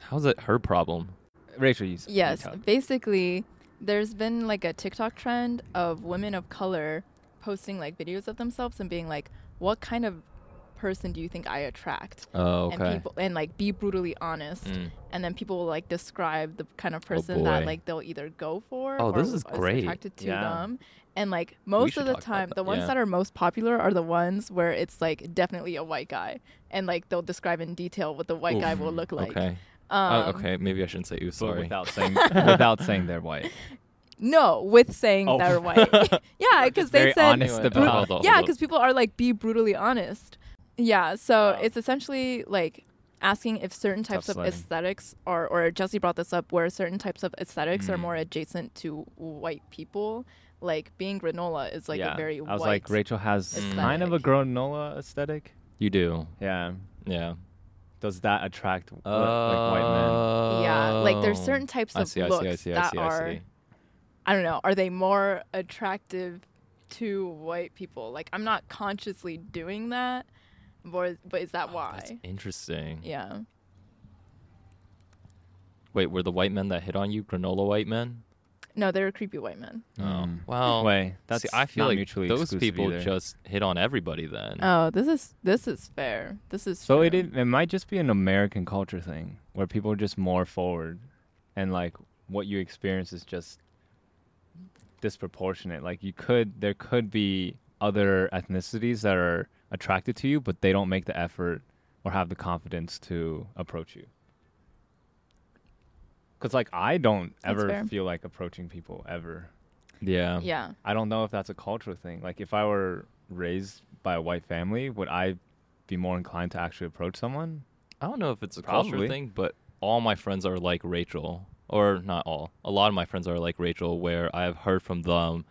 How's it her problem?
Rachel, you s- you
Yes,
talk.
basically, there's been like a TikTok trend of women of color posting like videos of themselves and being like, "What kind of person do you think I attract?"
Oh,
And people and like be brutally honest,
Mm. Oh,
and then people will like describe the kind of person
boy.
that like they'll either go for
Oh,
or
this is
is
great.
attracted to
Yeah.
them. And like most
should
of the
talk about
time,
that.
the ones
Yeah.
that are most popular are the ones where it's like definitely a white guy, and like they'll describe in detail what the white guy will look like.
okay.
Um,
Uh, okay, maybe I shouldn't say ooh,
But
sorry.
without saying without saying they're white.
No, with saying
Oh.
they're white. yeah, because they
very
said.
honest
Anyway,
about-
hold on,
Yeah,
hold on.
because people are like, be brutally honest. Yeah, so
Wow.
it's essentially like asking if certain types of
sledding.
aesthetics are, or Jesse brought this up, where certain types of aesthetics
Mm.
are more adjacent to white people. Like being granola is like
yeah.
a very
I was
white.
like Rachel has
aesthetic.
kind of a granola aesthetic.
you do.
Yeah.
Yeah.
Does that attract wh- like white men?
yeah, like there's
Oh.
certain types
I
of
see, I
looks
see, I see, I
that
see,
are
I see.
I don't know, are they more attractive to white people? Like, I'm not consciously doing that, Or, but is that
Oh, That's
why?
interesting.
Yeah.
Wait, were the white men that hit on you granola white men?
No, they were creepy white men.
Oh. Wow.
Way that's
See, I feel
not
like
mutually
those
exclusive
people
either.
just hit on everybody then.
Oh, this is this is fair. This is
So
fair.
it it might just be an American culture thing where people are just more forward, and like what you experience is just disproportionate. Like you could there could be other ethnicities that are attracted to you, but they don't make the effort or have the confidence to approach you. Cause like I don't
That's
ever
fair.
feel like approaching people ever.
Yeah.
Yeah.
I don't know if that's a cultural thing. Like, if I were raised by a white family, would I be more inclined to actually approach someone?
I don't know if it's a
Probably.
culture thing, but all my friends are like Rachel, or not all. A lot of my friends are like Rachel, where I have heard from them.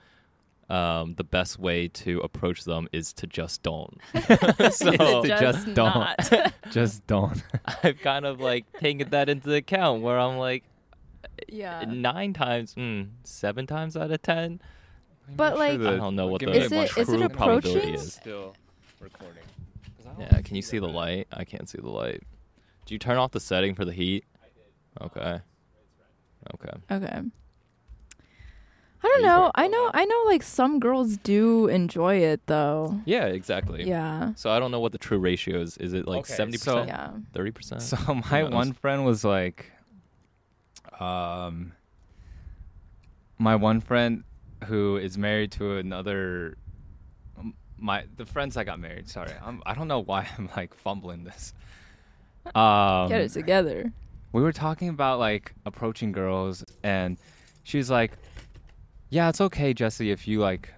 Um, the best way to approach them is to just don't. so
to
Just
just don't.
not.
Just don't.
I've kind of like taken that into account, where I'm like
yeah.
nine times, mm, seven times out of ten.
But like,
I don't know what
give
the
me
Is
that
it-
one
is it
true
true
probability
approaching?
is.
Still recording. 'Cause I don't
Yeah, can you see the light? I can't see the light. Do you turn off the setting for the heat? Okay. Okay.
okay. I don't know. I know. I know. Like some girls do enjoy it though.
Yeah, exactly.
Yeah.
So I don't know what the true ratio is. Is it like
Okay,
seventy
Oh.
so-
percent,
Yeah.
thirty percent?
So my
knows?
one friend was like, um, my one friend who is married to another. um, My the friends I got married. Sorry, I'm, I don't know why I'm like fumbling this. Um,
Get it together.
we were talking about like approaching girls and she was like yeah it's okay jesse if you like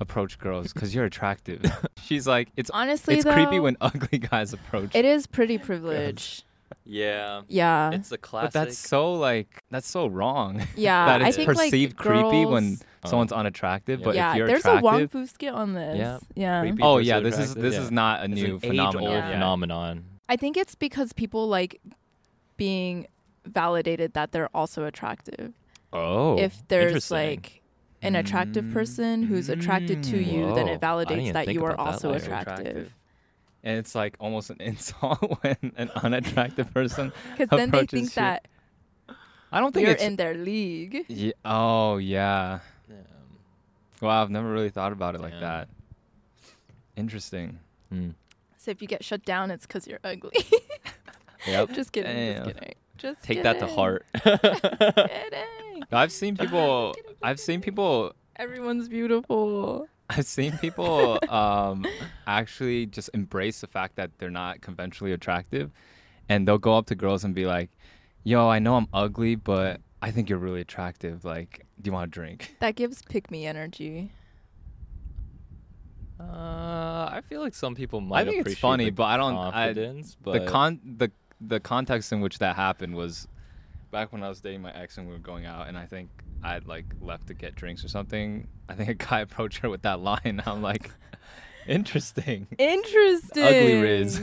approach girls because you're attractive she's like it's
Honestly,
it's creepy
though,
when ugly guys approach
It is pretty privileged.
Yeah.
Yeah.
It's a classic.
but that's so like that's so wrong
yeah.
that it's
I think
perceived
like,
creepy
girls-
when someone's unattractive but
yeah.
if you're
there's a Wong
attractive
Fu skit on this.
Yeah.
Yeah.
Creepy.
oh
People
yeah
so
this is
attractive,
this
yeah.
is not a
It's
new
an
phenomenon
age-old
Yeah.
phenomenon.
I think it's because people like being validated that they're also attractive.
Oh.
if there's
interesting.
like an attractive
Mm,
person who's attracted to
mm,
you, then
whoa. I
it
didn't
validates
even
that
think
you are
about that
also
layer.
attractive.
and it's like almost an insult when an unattractive person
Because then they
approaches
think
you.
that
i don't think
you're
it's
in their league.
Ye- oh yeah
Yeah.
Well, I've never really thought about it like
Yeah.
that. Interesting.
Mm.
So if you get shut down, it's because you're ugly.
Yep.
just kidding.
Damn.
Just kidding. Just
Take that to
kidding,
heart.
kidding.
I've seen people. I've seen people.
Everyone's beautiful.
I've seen people um, actually just embrace the fact that they're not conventionally attractive, and they'll go up to girls and be like, "Yo, I know I'm ugly, but I think you're really attractive. Like, do you want a drink?"
That gives pick me energy.
uh, I feel like some people might.
think it's
appreciate
funny,
the
but I don't- I-
Confidence, but
The con the the context in which that happened was back when I was dating my ex and we were going out, and I think I'd like left to get drinks or something. I think a guy approached her with that line. I'm like, interesting.
Interesting.
Ugly Riz.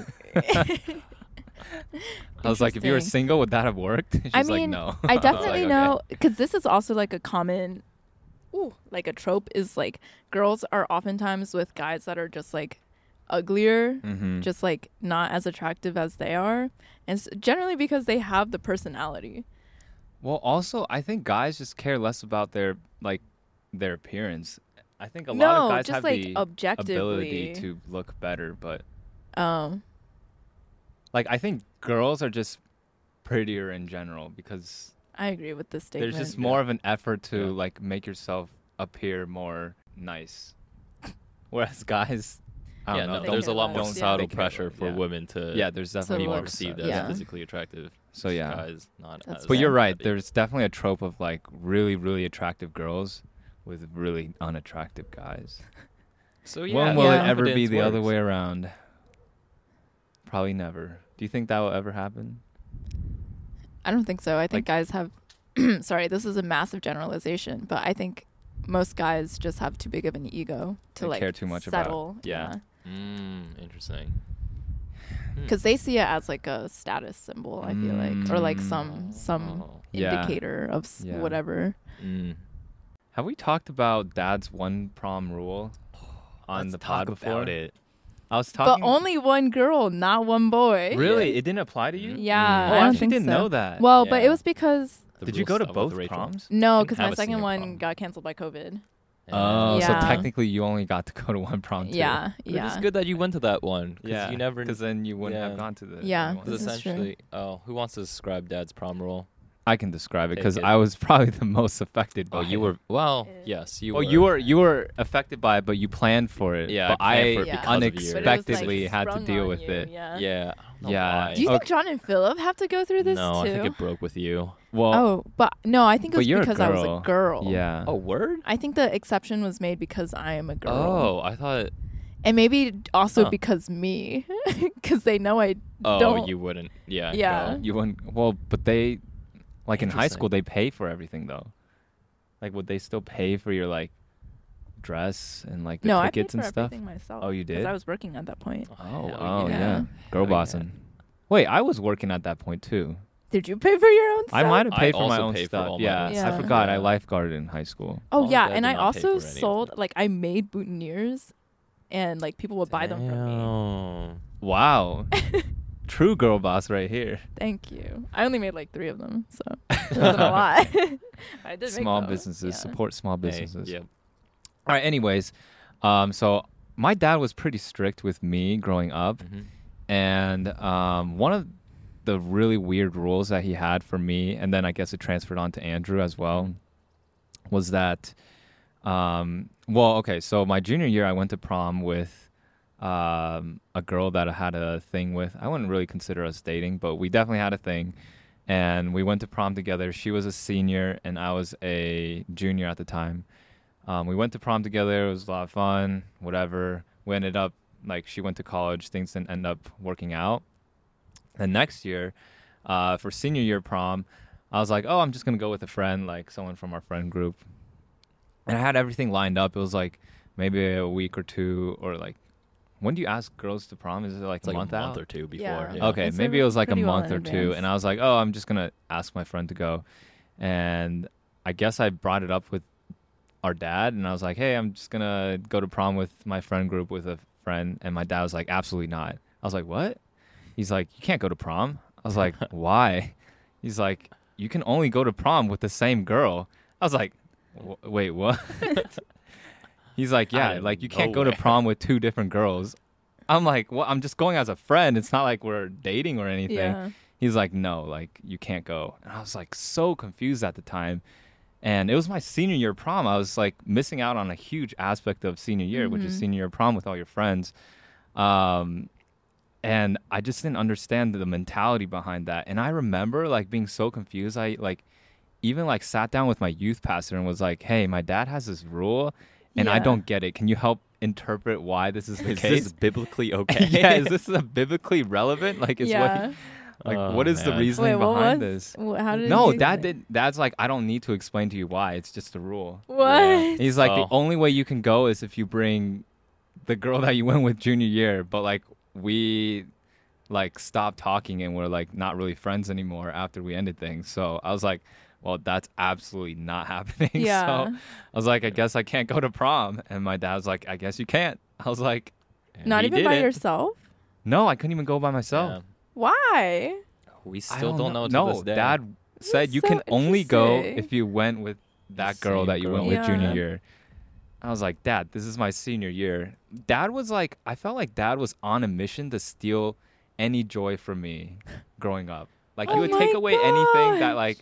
I was like, if you were
Interesting.
single, would that have worked? She's
I mean,
like, no.
I
was
definitely
like,
know because this is also like a common, ooh, like a trope is like girls are oftentimes with guys that are just like uglier,
Mm-hmm.
just like not as attractive as they are, and it's generally because they have the personality.
Well, also, I think guys just care less about their like their appearance. I think a lot
no,
of guys
just
have
like
the
objectively.
ability to look better, but
um,
like I think girls are just prettier in general because
I agree with this statement.
there's just more of an effort to
Yeah.
like make yourself appear more nice, whereas guys, I don't
yeah,
know,
no,
They
don't-
there's a
care
lot more
less, yeah.
societal
They care
pressure
less,
for
yeah.
women to
yeah, there's definitely
be
more
more
perceived as
societal. Yeah.
physically attractive.
So, yeah.
guys not.
That's
as
But you're right.
savvy.
There's definitely a trope of like really, really attractive girls with really unattractive guys.
So yeah,
when will
Yeah.
it ever be
confidence
the other
works.
way around? Probably never. Do you think that will ever happen?
I don't think so. I think guys have. sorry, this is a massive generalization, but I think most guys just have too big of an ego to
They
like
care too much about-
settle.
yeah.
Mm, interesting. Hmm.
because they see it as like a status symbol. I feel like, or like some some
Oh.
Yeah.
indicator of s
Yeah.
whatever.
Mm.
Have we talked about Dad's one prom rule on
Let's
the pod
talk
before?
about it. I was
but
talking.
only one girl, not one boy.
Really? It didn't apply to you?
Yeah,
Mm. Oh,
I
I
don't
actually
think
didn't
so.
know that.
Well, but it
Yeah.
was because
the
Did you
rules
go to
of- with
both
Rachel.
proms?
no,
Didn't
because
have
my
a
second
senior
one
prom.
got canceled by COVID.
Oh,
Yeah.
so technically you only got to go to one prom. Too.
Yeah,
But
yeah.
It's good that you went to that one because you never.
because then you wouldn't
Yeah.
have gone to the.
Yeah.
other
'cause
ones.
This is true.
essentially, oh, who wants to describe Dad's prom roll?
I can describe it
Take
because
it.
I was probably the most affected. by
Oh, you
it.
were. Well,
Yeah.
yes, Oh, you.
Well, Oh,
were.
you were you were affected by it, but you planned for it.
Yeah, I
but I,
planned for it
because
of you. But it was, like,
unexpectedly had to
sprung
deal
on
with
you,
it.
Yeah.
Yeah. I don't know
Yeah. Oh.
why.
Do you think
Okay.
John and Philip have to go through this
no,
too?
I think it broke with you.
Well,
oh, but no, I think it
but
was
you're a
because I was a girl.
yeah.
Oh, word.
I think the exception was made because I am a girl.
Oh, I thought.
And maybe also
Oh.
Huh.
because me, because they know I
Oh,
don't.
you wouldn't. Yeah.
Yeah.
go.
you wouldn't. Well, but they, like in high
Interesting.
school, they pay for everything though. Like, would they still pay for your like dress and like the
no, I paid
tickets
for
and stuff?
everything myself.
Oh, you
'cause
did?
I was working at that point.
Oh,
Hell
oh yeah.
yeah.
girl
Hell yeah.
bossing. Wait, I was working at that point too.
Did you pay for your own?
I
stuff?
might have
I
paid for my
also
own
paid for
stuff.
all my
yeah,
own stuff.
I forgot. I
Yeah.
lifeguarded in high school.
Oh
Mom and
yeah,
Dad
and
did
I
not pay for
also
any of
sold like I made boutonnieres, and like people would buy them from me.
Damn.
Wow, true girl boss right here.
Thank you. I only made like three of them, so it wasn't a lot. I did make
Small
those,
businesses
yeah.
support small
Hey,
businesses.
yeah.
All right. Anyways, um, so my dad was pretty strict with me growing up,
Mhm.
and um, one of the really weird rules that he had for me, and then I guess it transferred on to Andrew as well,
Mm-hmm.
was that, um, well, okay, so my junior year I went to prom with um, a girl that I had a thing with. I wouldn't really consider us dating, but we definitely had a thing. And we went to prom together. She was a senior and I was a junior at the time. Um, we went to prom together. It was a lot of fun, whatever. We ended up, like, she went to college. Things didn't end up working out. And next year, uh, for senior year prom, I was like, oh, I'm just going to go with a friend, like someone from our friend group. And I had everything lined up. It was like maybe a week or two, or like, when do you ask girls to prom? Is it like
It's
a
like
month
a
out?
month or two before.
Yeah.
yeah.
Okay,
It's
maybe
a
it was like a
pretty well
month or
in
two, and
advance.
I was like, "Oh, I'm just gonna ask my friend to go," and I guess I brought it up with our dad, and I was like, "Hey, I'm just gonna go to prom with my friend group with a friend," and my dad was like, "Absolutely not." I was like, "What?" He's like, "You can't go to prom." I was like, "Why?" He's like, "You can only go to prom with the same girl." I was like, "Wh- "Wait, what?" He's like,
Out
"Yeah,
of
like you can't go to
nowhere.
prom with two different girls." I'm like, well, I'm just going as a friend. It's not like we're dating or anything.
Yeah.
He's like, no, like you can't go. And I was like so confused at the time. And it was my senior year prom. I was like missing out on a huge aspect of senior year, which is senior year prom with all your friends. Um, and I just didn't understand the mentality behind that. And I remember like being so confused. I like even like sat down with my youth pastor and was like, hey, my dad has this rule and I
Yeah.
don't get it. Can you help interpret why this is the
Is
case?
this biblically okay?
yeah, is this a biblically relevant? Like, is
yeah.
what, like
Oh,
what is the
man.
Wait,
reasoning
what
behind
was?
this?
wh- How did
No,
you
that
explain-
did. That's like I don't need to explain to you why. It's just a rule.
What?
Yeah.
He's like
Oh.
the only way you can go is if you bring the girl that you went with junior year, but like we like stopped talking and we're like not really friends anymore after we ended things. So I was like, well, that's absolutely not happening.
Yeah.
So I was like, I guess I can't go to prom. And my dad was like, I guess you can't. I was like,
Not
He
even
did
by
it.
yourself.
no, I couldn't even go by myself.
Yeah.
Why?
We
Oh. I
still don't, know.
No,
to this day.
Dad said
is
you
so
can only go
interesting.
if you went with that girl
same
that you
girl.
went with junior
Yeah.
year. I was like, Dad, this is my senior year. Dad was like, I felt like Dad was on a mission to steal any joy from me growing up. Like he
Oh
would take
my
away anything that
gosh.
like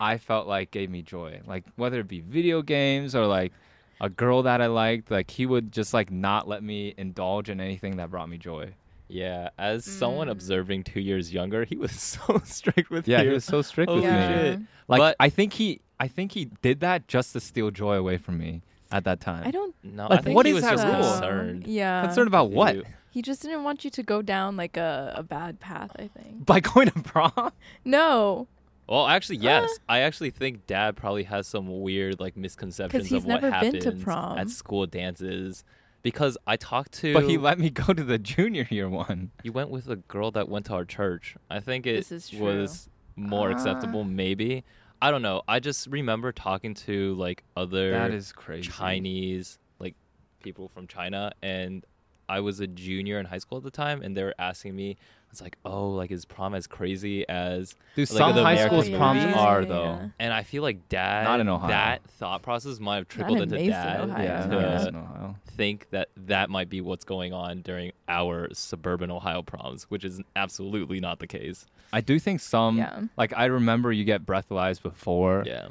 I felt like gave me joy, like whether it be video games or like a girl that I liked. Like he would just like not let me indulge in anything that brought me joy.
Yeah, as
Mm.
someone observing two years younger, he was so strict with
Yeah,
you.
he was so
Oh
strict
Holy
with me.
Yeah.
shit.
Like
But-
I think he I think he did that just to steal joy away from me at that time.
I don't.
No,
Like,
I think
what
he
is
was
that
just
rule?
concerned.
Yeah.
concerned about
with
what?
you.
He just didn't want you to go down like a, a bad path. I think.
By going to prom?
No,
Well, actually,
Uh.
yes. I actually think Dad probably has some weird like misconceptions
he's
of what
never been
happens
to prom.
at school dances. Because I talked to,
But he let me go to the junior year one.
you went with a girl that went to our church. I think it
This is true. Ah.
was more acceptable, maybe. I don't know. I just remember talking to like other
That is crazy.
Chinese like people from China and I was a junior in high school at the time, and they were asking me, "It's like, oh, like is prom as crazy as?"
Dude,
Like,
some
the
high
American
school's proms
movies.
are
Yeah.
though.
And I feel like dad,
Not in Ohio.
that thought process might have trickled
in
into
Mason,
dad
Ohio.
Yeah,
to
no,
Yeah.
it's in Ohio.
think that that might be what's going on during our suburban Ohio proms, which is absolutely not the case.
I do think some
Yeah.
like I remember you get breathalyzed before,
Yeah,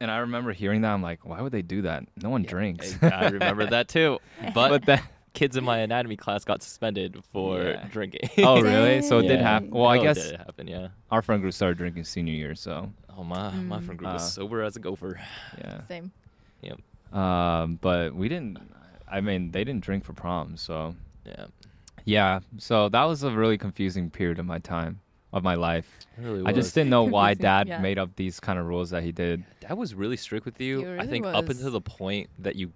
and I remember hearing that I'm like, why would they do that? No one drinks.
I, I remember that too. But,
but that
kids in my anatomy class got suspended for
Yeah.
drinking.
oh really? So it did
Yeah.
happen. Well, I
Oh,
guess
did it happen. Yeah.
our friend group started drinking senior year, so
Oh my, my
Mm.
friend group
Uh,
was sober as a gopher.
yeah.
Same.
Yep.
Um, but we didn't. I mean, they didn't drink for prom, so
Yeah.
yeah. So that was a really confusing period of my time of my life.
Really
I just didn't know why
Confusing,
Dad
yeah.
made up these kind of rules that he did.
Dad was really strict with you.
He
I
really
think up
was.
until the point that you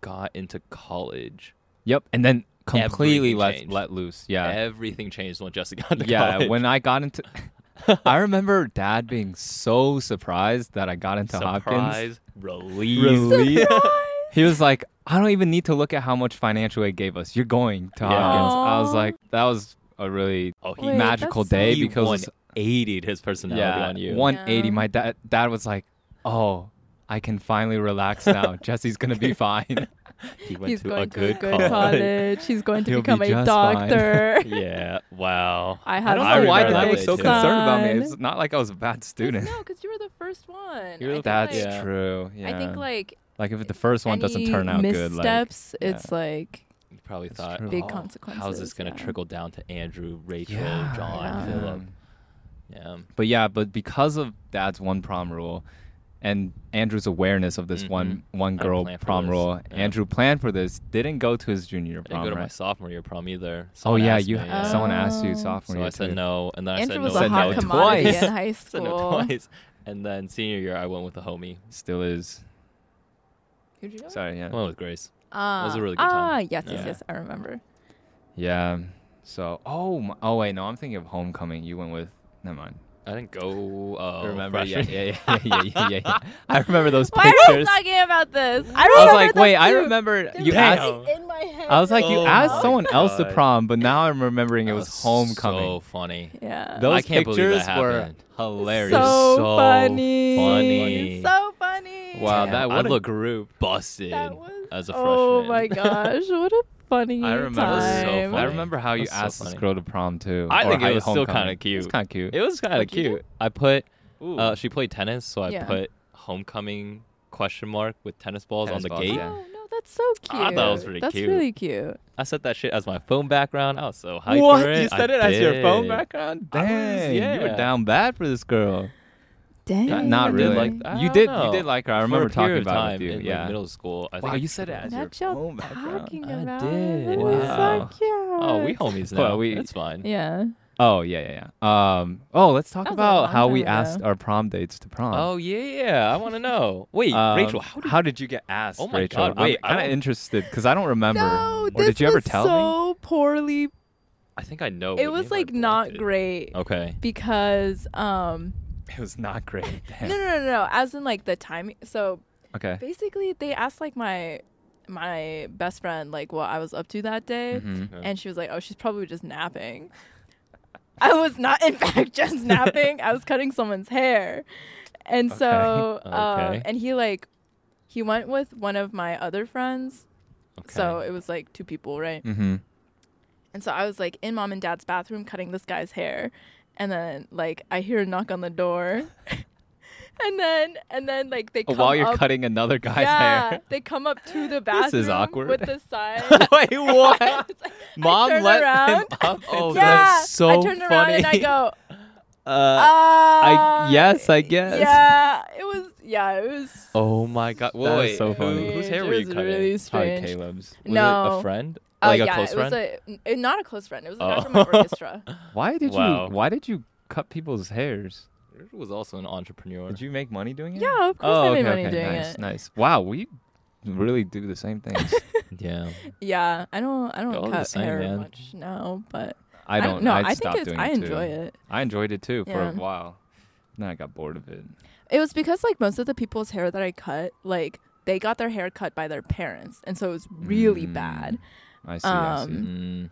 got into college,
Yep, and then completely
Everything
let
changed.
let loose. Yeah,
everything changed when Jessica got into
yeah.
college.
When I got into, I remember Dad being so surprised that I got into Hopkins.
surprise release.
Really? He was like, I don't even need to look at how much financial aid gave us. You're going to
Yeah.
Hopkins. I was
Aw.
like, that was a really
Oh, he
Wait,
magical
that's so-
day
he
because
180'd his personality
yeah,
on you.
180.
Yeah.
My dad dad was like, "Oh, I can finally relax now. Jesse's gonna be fine."
he went
He's
to
going
a
to
good,
a good college. He's going to
He'll be
become a
just fine.
doctor.
yeah. Wow.
I
I
had
don't
I
know why
remember
dad
that
was
day
so
too.
concerned about me.
Son.
It's not like I was a bad student.
No, because you were the first one.
You're
I
the
think,
That's
like,
Yeah.
true. Yeah.
I think like
Like, if the first one doesn't
any
turn out good, like
missteps,
yeah.
it's like
You probably
That's
thought
true.
big
"Oh, How's this
consequences,
gonna
yeah.
trickle down to Andrew, Rachel,
Yeah,
John,
yeah.
Oh, Philip?
um,
Yeah.
But yeah, but because of dad's one prom rule and Andrew's awareness of this one one
I
girl
planned for
prom
this.
rule,
Yeah.
Andrew planned for this, didn't go to his junior
I didn't
prom.
go to my
right?
sophomore year prom either.
oh
Someone
yeah,
asked
you
me, yeah.
someone asked you
Oh.
sophomore
So
year.
I said
too.
no, and then I
Andrew
said
was
no.
a
Said
hot
no
commodity
twice.
in high
Said
school.
no twice. And then senior year, I went with a homie.
Still is.
Who'd you go with?
Sorry, yeah.
I went with Grace.
Ah,
was a really good time.
Ah, yes, yes,
Yeah.
yes. I remember.
Yeah. So oh my, oh wait, no, I'm thinking of homecoming. You went with never mind.
I didn't go. Uh,
remember? Yeah,
freshman
yeah, yeah, yeah, yeah, yeah, yeah, yeah. I remember those
Why
pictures.
are we talking about this? I
I
remember
was like,
that
wait, I
too.
remember
They're
you
Damn.
asked.
really in my head.
I was like, you
Oh
asked
my
someone else to
God.
prom, but now I'm remembering it
That
was homecoming.
So funny.
yeah.
Those
I can't believe that
pictures were
happened.
hilarious.
so,
so
funny.
funny.
So funny.
Wow,
Damn,
that
I
what a
look
group.
Busted
That was,
as a freshman.
oh my gosh, what a funny
I remember.
time.
That was so
I
funny.
remember how you
That's so
asked this
funny.
girl to prom too.
I
or
think it
high-
was still
homecoming.
kinda
It was
cute.
kind of cute.
It was kind of
What'd you do?
cute. I put.
Ooh.
Uh, she played tennis, so I
Yeah.
put homecoming question mark with tennis balls
Tennis
on the
balls,
gate.
yeah.
Oh no, that's so cute.
I thought that was pretty
That's
cute.
really cute.
I set that shit as my phone background. I was so hyped for it.
You
I
said it as your phone
did.
background?
I was-
Dang, you were
yeah.
down bad for this girl.
Dang.
Not
I did
really.
like that. I
you
don't
did. You
know.
did like her. I
For a
remember talking
period of
about it
time
with you.
in, like,
yeah.
middle school. I
Wow,
think
you said it as your
That's y'all
phone background.
talking
I
about.
did.
That
Wow.
was so cute.
Oh, we homies now.
Well, we-
That's fine.
Yeah.
Oh yeah, yeah, yeah. Um. Oh, let's talk
That was a
about
long
how we
time ago.
asked our prom dates to prom.
Oh yeah, yeah. I want to know. Wait,
Um,
Rachel, how did
you get asked?
Oh my
Rachel?
God, wait, I
I'm kind
don't-
of interested because I don't remember.
No,
or
this
did you ever
was
tell me?
so poorly.
I think I know.
It
but
was
maybe I
like
blocked
not
it.
great
Oh.
Okay.
because um
It was not great.
no
Damn.
no no no as in like the timing. So
Okay.
basically, they asked like my my best friend like what I was up to that day,
Yeah.
and she was like, "Oh, she's probably just napping." I was not, in fact, just napping. I was cutting someone's hair, and so um,
Okay.
and he like he went with one of my other friends, so it was like two people, right?
Mm-hmm.
And so I was like in mom and dad's bathroom cutting this guy's hair. And then like I hear a knock on the door. and then and then like they come
While you're
up,
cutting another guy's
yeah,
hair.
They come up to the bathroom
This is awkward.
with the sign.
Wait, what?
It's like,
Mom
I turn
let
around.
him up. Oh,
yeah,
that's so
I turn around and I
funny.
go, uh,
Uh, yes, I guess.
Yeah, it was yeah, it was
Oh my god. Whoa,
That is
wait,
so
who-
funny.
Whose
It
hair were you
was
cutting?
really
probably
strange.
Caleb's.
Was it
No.
a friend?
Uh,
Like
yeah,
a close
it
friend?
was a, n- not a close friend. It was a guy
Oh.
from my orchestra.
Why did
Wow.
you? Why did you cut people's hairs?
Rachel was also an entrepreneur.
Did you make money doing it?
Yeah, of course
oh,
I made
okay,
money
okay,
doing
nice,
it.
Nice. Wow, we really do the same things.
Yeah.
Yeah, I don't I don't
Y'all are the
cut
same,
hair
man.
much now, but
I don't.
know.
I,
I think
stopped
it's,
doing
I
it
enjoy
too.
it.
I enjoyed it too for
Yeah.
a while. Then I got bored of it.
It was because like most of the people's hair that I cut, like they got their hair cut by their parents, and so it was really
Mm.
bad.
I see. I see.
Um,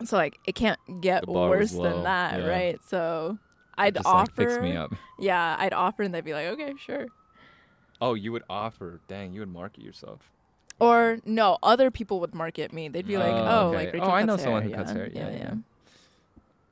Mm,
So like it can't
The
get
bar was
worse
low,
than that,
yeah.
right? So I'd
Just
offer.
like fix me up.
Yeah, I'd offer, and they'd be like, okay, sure.
Oh, you would offer. Dang, you would market yourself.
Or no, other people would market me. They'd be like,
Oh,
oh,
okay.
like
Oh,
Rachel
I know
cuts
someone
hair.
who cuts hair. Yeah,
yeah, yeah.
yeah.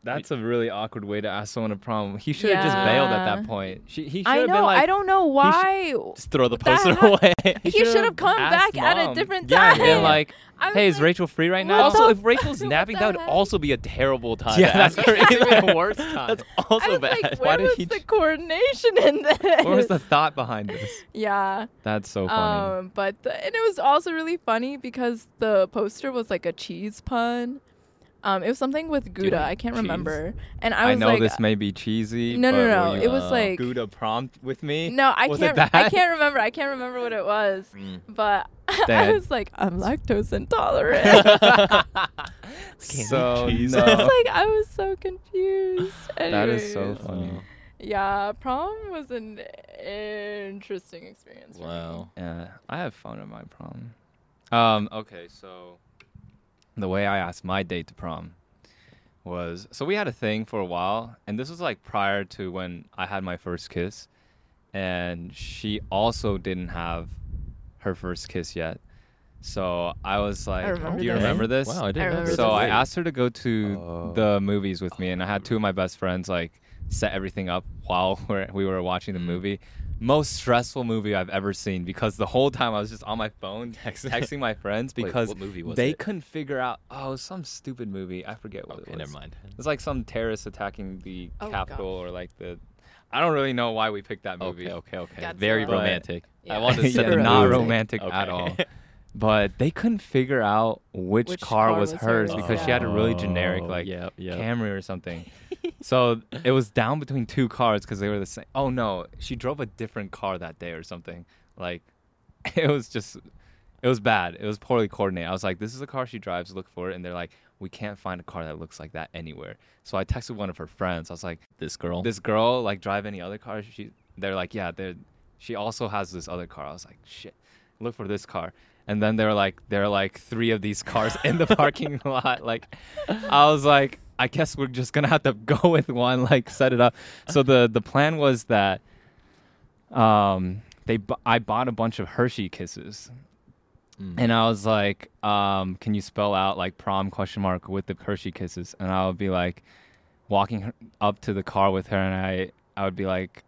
That's a really awkward way to ask someone to prom. He should have just bailed at
Yeah.
that point. She, he should
I
have been
know.
like,
I don't know why.
just throw the
that
poster
ha-
away.
He
should've
should have come
asked
back at
mom."
a different
yeah,
time.
and been like,
I was
hey, is
like,
Rachel free
what
right now?
the
Also, if Rachel's
what
napping,
the
that would
heck?
also be a terrible time.
Yeah,
to ask
that's
her
even
out.
worse time.
That's
I
also
was
bad.
like,
Why
where
did
was
he
the
ch-
coordination in this?
What was the thought behind this?
yeah.
That's so funny.
Um, but the, and it was also really funny because the poster was like a cheese pun. Um, it was something with Gouda.
like
I can't
cheese?
remember. And
I,
I was
know
like, uh,
this may be cheesy.
No, no,
but
no,
will you
it was
uh,
like-
Gouda prompt with me.
no, I
was
can't.
It Mm.
I
bad?
can't remember. I can't remember what it was. But I
Dad.
was like, I'm lactose intolerant.
So
cheese.
no.
It's like I was so confused.
that is so
Anyways,
funny.
Yeah, prom was an interesting experience. For Me.
Wow.
Yeah, I have fun at my prom. Um, okay, so the way I asked my date to prom was so we had a thing for a while, and this was like prior to when I had my first kiss, and she also didn't have her first kiss yet. So I was like,
remember
"Do you
this.
remember this?"
Wow, I didn't
I
know
remember
this.
So I
Wait.
asked her to go to
Oh.
the movies with me, and I had two of my best friends like set everything up while we're, we were watching
Mm.
the movie. Most stressful movie I've ever seen because the whole time I was just on my phone
Texting.
texting my friends
Wait,
because
what movie was
they
it?
couldn't figure out. Oh, it was some stupid movie. I forget what it
Okay,
was.
never mind.
It's like some terrorist attacking the
Oh,
capital or like the. I don't really know why we picked that movie.
Okay, okay, okay.
Godzilla.
Very
But-
romantic.
Yeah.
I wanted to
Yeah,
set the
not
mood.
romantic at
Okay.
all. But they couldn't figure out which,
Which
car,
car
was
was
hers
hers,
because she had a really generic
Oh,
like
yep, yep.
Camry or something. so it was down between two cars because they were the same. Oh no, she drove a different car that day or something. Like it was just, it was bad. It was poorly coordinated. I was like, this is the car she drives. Look for it, and they're like, we can't find a car that looks like that anywhere. So I texted one of her friends. I was like,
This girl.
this girl like drive any other car she they're like yeah they're she also has this other car i was like shit look for this car and then they're like there are like three of these cars in the parking lot like i was like i guess we're just gonna have to go with one like set it up so the the plan was that um they bu- i bought a bunch of hershey kisses
Mm.
and I was like, um, "Can you spell out like prom question mark with the Hershey kisses?" And I would be like, walking her up to the car with her, and I I would be like,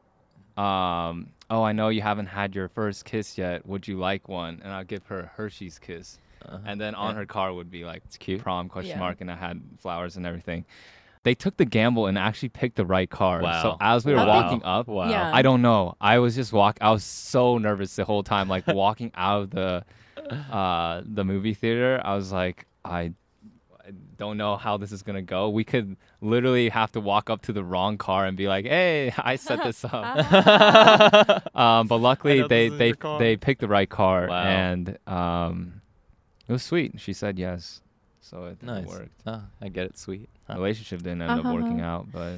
um, "Oh, I know you haven't had your first kiss yet. Would you like one?" And I'd give her a Hershey's kiss, and then on her car would be like, "It's
Uh-huh. cute.
prom question
Yeah.
mark," and I had flowers and everything. They took the gamble and actually picked the right car. So
Wow.
as we were
Wow.
walking up,
Wow.
Yeah.
I don't know. I was just walk. I was so nervous the whole time, like walking out of the uh, the movie theater. I was like, I don't know how this is gonna go. We could literally have to walk up to the wrong car and be like, "Hey, I set this up." um, but luckily,
know
they
this is
they
your car.
they picked the right car,
Wow.
and um, it was sweet. She said yes, so it
Nice.
worked.
Ah, I get it. Sweet. Huh.
Relationship didn't end up
Uh-huh.
working out, but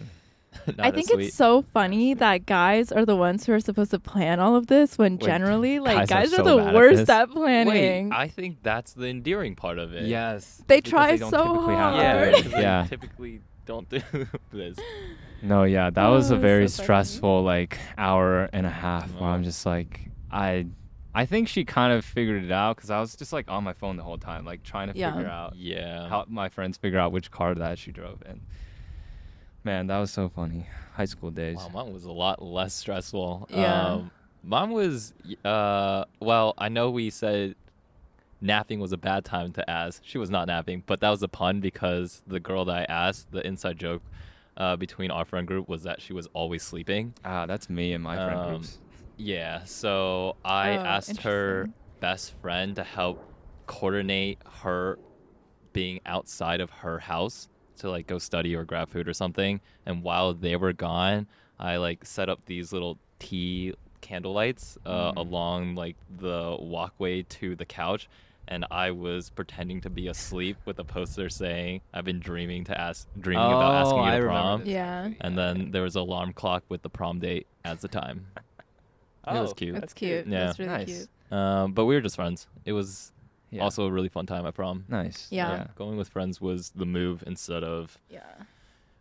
Not
I
as
think
sweet.
it's so funny that guys are the ones who are supposed to plan all of this when generally like
guys are
guys, are,
so bad
the
at
worst
this.
at
Wait,
planning.
I think that's the endearing part of it.
yes,
They
because
try
don't
so
typically have
Yeah.
hard.
that.
'cause they
yeah.
Typically don't do this.
No, yeah, that was
Oh,
a
so
very
funny.
stressful like hour and a half where I'm
Oh.
just like I I think she kind of figured it out cuz I was just like on my phone the whole time like trying to
Yeah.
figure out
Yeah.
help my friends figure out which car that she drove in. Man, that was so funny. High school days.
Wow, mine was a lot less stressful.
Yeah.
Um, mine was, y- uh, well, I know we said napping was a bad time to ask. She was not napping, but that was a pun because the girl that I asked, the inside joke uh, between our friend group was that she was always sleeping.
Ah, that's me and my friend
Um,
groups.
Yeah, so I
Oh,
asked her
interesting.
best friend to help coordinate her being outside of her house to like go study or grab food or something. And while they were gone, I like set up these little tea candle lights uh,
Mm-hmm.
along like the walkway to the couch. And I was pretending to be asleep with a poster saying, "I've been dreaming to ask, dreaming about asking
Oh,
you
I
to
remember
prom."
this.
yeah.
And then there was an alarm clock with the prom date as the time. It was
Oh.
cute. Uh,
That's cute.
Yeah.
That's really
Nice.
cute.
Um, but we were just friends. It was
Yeah.
Also a really fun time at prom.
nice.
Yeah.
Going with friends was the move instead of
Yeah.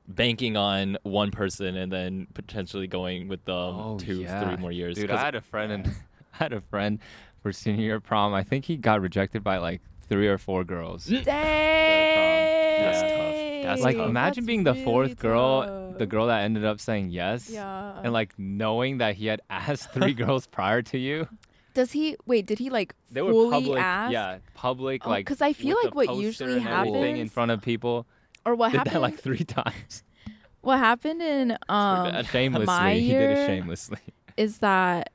banking on one person and then potentially going with them
Oh,
two,
yeah.
three more years.
Dude,
'Cause
I had a friend and I had a friend for senior year prom. I think he got rejected by like three or four girls.
Dang.
tough. That's
like
tough.
imagine
That's
being the
really
fourth girl,
tough.
the girl that ended up saying yes.
Yeah.
And like knowing that he had asked three girls prior to you.
does he wait? Did he like
They
fully
were public.
ask?
Yeah, public
Oh,
like
'cause I feel like
with the
what
poster
usually
and everything in
happens-
front of people.
Or what
did
happened?
that like three times.
what happened in um
bad.
shamelessly.
my
he did it
year-
shamelessly.
is that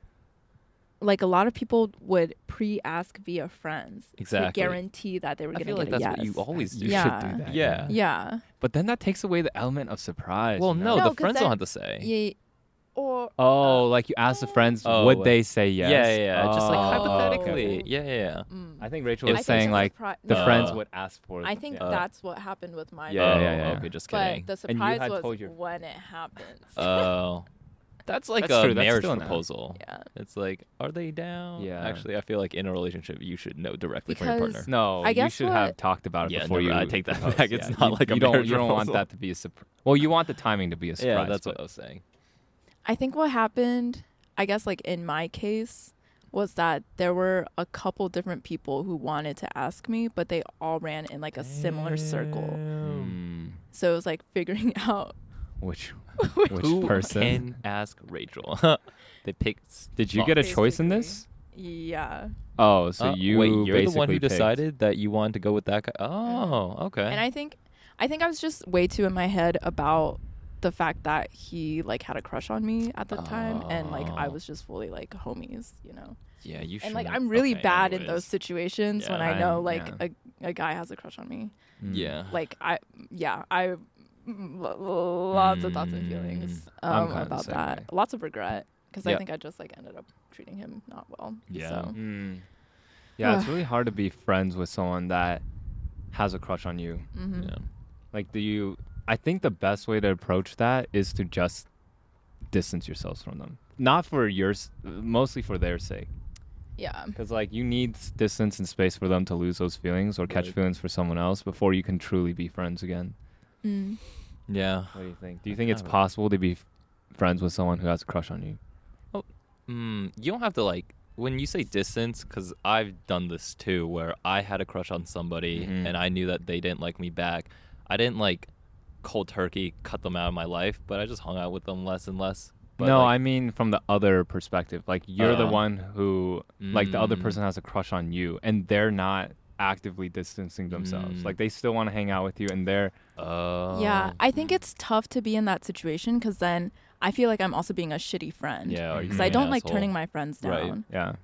like a lot of people would pre-ask via friends to
Exactly.
guarantee that they were
I
going to
feel
get
like
a yes.
that's what you always do.
You should
Yeah.
do that.
Yeah.
yeah.
But then that takes away the element of surprise.
Well,
you know?
no,
No,
the
'cause
friends don't
then-
have to say.
Yeah. Or
Oh, like you ask the friends,
Oh,
would
like-
they say yes?
Yeah, yeah, yeah. Just like
Oh,
hypothetically.
okay.
Yeah, yeah, yeah.
mm.
I think Rachel
If-
was
I think
saying
it's a
like
surpri-
the
no.
friends would ask for.
I think
yeah.
that's what happened with mine.
Yeah,
oh,
yeah, yeah.
Okay, just kidding.
But the
And you
surprise
had
was
told your- Uh.
when it happens.
Oh. That's like
That's
a
true, that's
marriage
still not-
proposal.
yeah.
It's like, are they down?
Yeah.
Actually, I feel like in a relationship, you should know directly from your
Because-
partner.
no.
I
you
guess
should
what-
have talked about it
Yeah,
before
never-
you.
I take that
propose,
back. It's
yeah.
not
you,
like a
you don't
marriage
you don't want
proposal.
that to be a surprise. Well, you want the timing to be a surprise.
yeah, that's
but
what I was saying.
I think what happened, I guess, like in my case, was that there were a couple different people who wanted to ask me, but they all ran in like a similar circle.
Mm,
So it was like figuring out
which
which-
which
Who
person
can ask Rachel? they picked.
did you get a choice in
Basically.
this?
yeah.
Oh, so you
Uh, wait, you're
basically
the one who
picked-
decided that you wanted to go with that guy. Oh, okay.
And I think I think I was just way too in my head about the fact that he like had a crush on me at the time and like I
Oh.
was just fully like homies, you know.
yeah, you should.
And like I'm really bad in those situations when
Yeah,
I know
I'm-
like
yeah.
a a guy has a crush on me.
Hmm.
Yeah.
Like I yeah, I mm, lo- lo- lots of thoughts and feelings
Mm. I'm
um,
kinda the
about
same
that.
way.
Lots of regret because I
Yeah.
think I just like ended up treating him not well.
Yeah.
So.
Mm. Yeah, it's really hard to be friends with someone that has a crush on you.
hmm
yeah.
Like, do you? I think the best way to approach that is to just distance yourselves from them. Not for yours, mostly for their sake.
Yeah.
Because, like, you need s- distance and space for them to lose those feelings or catch
Right.
feelings for someone else before you can truly be friends again.
Mm.
Yeah.
What do you think? Do you think it's
kinda-
possible to be f- friends with someone who has a crush on you?
Mm, you don't have to like when you say distance because I've done this too, where I had a crush on somebody
Mhm.
and I knew that they didn't like me back. I didn't like cold turkey cut them out of my life, but I just hung out with them less and less. But,
no, I
like,
mean from the other perspective. Like you're the
Uh,
one who, like the other
mm.
person has a crush on you, and they're not actively distancing themselves.
Mm.
Like they still want to hang out with you, and they're
Oh.
Um,
Yeah, I think it's tough to be in that situation because then I feel like I'm also being a shitty friend.
Yeah. or you
Because
can
Mm,
I
be an
don't like
asshole.
turning my friends
Right.
down.
yeah.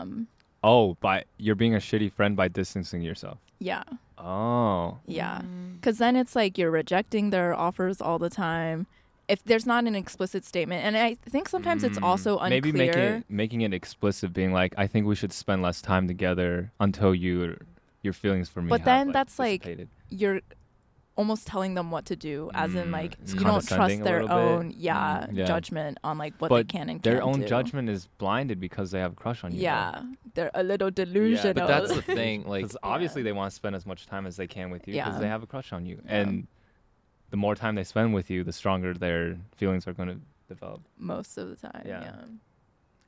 Um.
Oh, by you're being a shitty friend by distancing yourself.
Yeah.
Oh,
Yeah. Because then it's like you're rejecting their offers all the time. If there's not an explicit statement, and I think sometimes it's also unclear.
Mm, maybe making it, making it explicit, being like, I think we should spend less time together until you your feelings for me.
But
have,
then that's, like,
dissipated.
you're almost telling them what to do, as in
Mm,
like
it's
you don't
condescending
trust
a
their
little bit. Mm,
own yeah,
yeah.
judgment on like what
but
they can and
their
can't
own
do.
judgment is blinded because they have a crush on you.
Yeah, they're a little delusional.
But that's the thing. Like,
because obviously they want to spend as much time as they can with you because
Yeah.
they have a crush on you, and the more time they spend with you, the stronger their feelings are going to develop.
most of the time.
Yeah.
yeah.